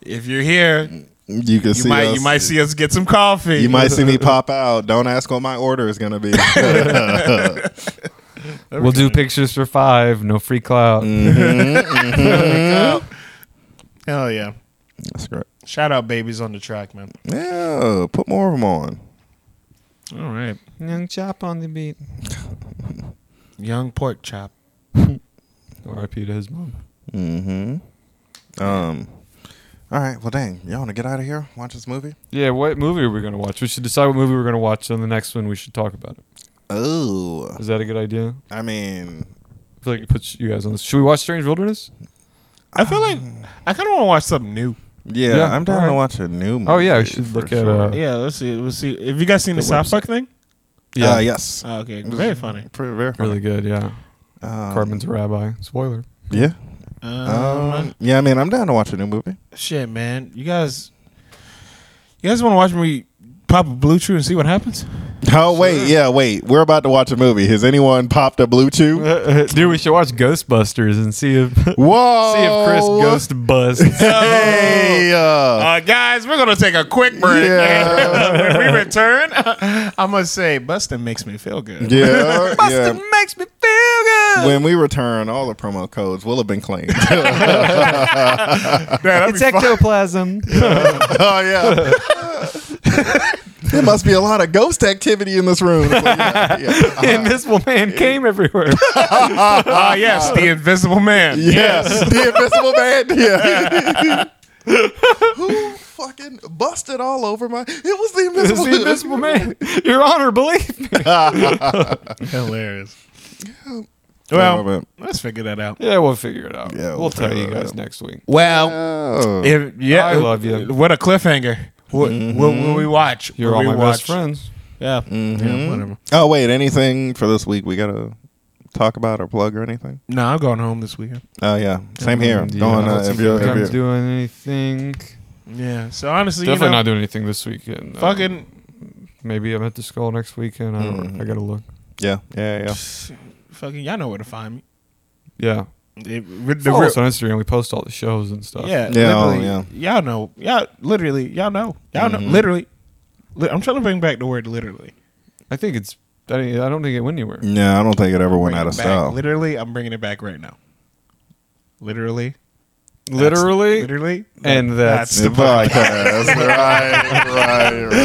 if you're here, you
You can see
might
us.
you might see us get some coffee.
You might see me pop out. Don't ask what my order is gonna be.
Mm-hmm, We'll do pictures for five. No free clout. mm-hmm.
Hell Oh, yeah!
That's great.
Shout out babies on the track, man.
Yeah, put more of them on.
All right,
Young chop on the beat.
young pork chop.
R.I.P. to his mom.
Mm-hmm. Um. All right. Well, dang. Y'all want to get out of here? Watch this movie?
Yeah, what movie are we gonna watch? We should decide what movie we're gonna watch. On the next one, we should talk about it.
Oh.
Is that a good idea?
I mean,
I feel like it puts you guys on this. Should we watch Strange Wilderness?
I feel like I kind of want to watch something new.
yeah,
Yeah,
I'm down
all
to
right.
watch a new movie.
Oh, yeah, we should
for
look at,
sure.
uh,
Yeah, let's see. Let's see. Have you guys seen the,
The
South Park thing?
yeah.
yeah.
Uh, yes.
Oh, okay, very funny.
Pretty very
Really good. Yeah.
Um,
Cartman's a rabbi. Spoiler.
Yeah.
Um,
Um, yeah. I mean, I'm down to watch a new movie.
shit, man. You guys, you guys want to watch me pop a blue chew and see what happens?
Oh wait, yeah, wait. We're about to watch a movie. Has anyone popped a blue chew?
Dude, we should watch Ghostbusters and see if see
Whoa.
if Chris ghost busts.
Hey. Uh,
Uh, guys, we're gonna take a quick break.
Yeah.
when we return, I'm gonna say Bustin makes me feel good.
yeah. yeah.
makes me feel good.
when we return, all the promo codes will have been claimed. oh
It's ectoplasm.
Oh, yeah. there must be a lot of ghost activity in this room. It's like, yeah, yeah.
Invisible man came everywhere.
Ah, yes, the Invisible Man.
Yes, the Invisible Man. Yeah. Who fucking busted all over my? It was the
It's
Invisible,
the invisible man. Your honor, believe me.
Hilarious.
Oh,
Well,
man.
let's figure that out.
Yeah, we'll figure it out.
Yeah,
we'll,
we'll
tell
figure
you
it
guys
out.
next week.
Well,
Oh.
if, yeah,
I love you.
What a cliffhanger. What, what will
Mm-hmm.
we watch?
You're
Will
all
we
my
watch?
best friends.
Yeah. yeah, whatever.
oh wait, anything for this week? We gotta talk about or plug or anything?
No, I'm going home this weekend.
Oh yeah, same here.
Do you
Going
know
uh,
what's
if you're,
sometimes
if you're
doing anything.
Yeah. So honestly,
Definitely
you know,
not doing anything this weekend. Uh,
fucking
maybe I'm at the skull next weekend. I don't. know. I gotta look.
yeah yeah yeah.
fucking y'all know where to find me.
Yeah.
It- eh, with the
Follow
real-
us on Instagram. We post all the shows and stuff.
Oh. yeah,
Yeah, Mm-hmm. oh,
literally, Y'all know. Y'all literally. Y'all know. Y'all know. Literally. Li- I'm trying to bring back the word literally.
I think it's. I don't I don't think it went anywhere.
Yeah, I don't think it ever went
Bring
out
it
of
back.
style.
Literally, I'm bringing it back right now. Literally.
Literally.
Literally.
And that's
the podcast. right, Oh, right,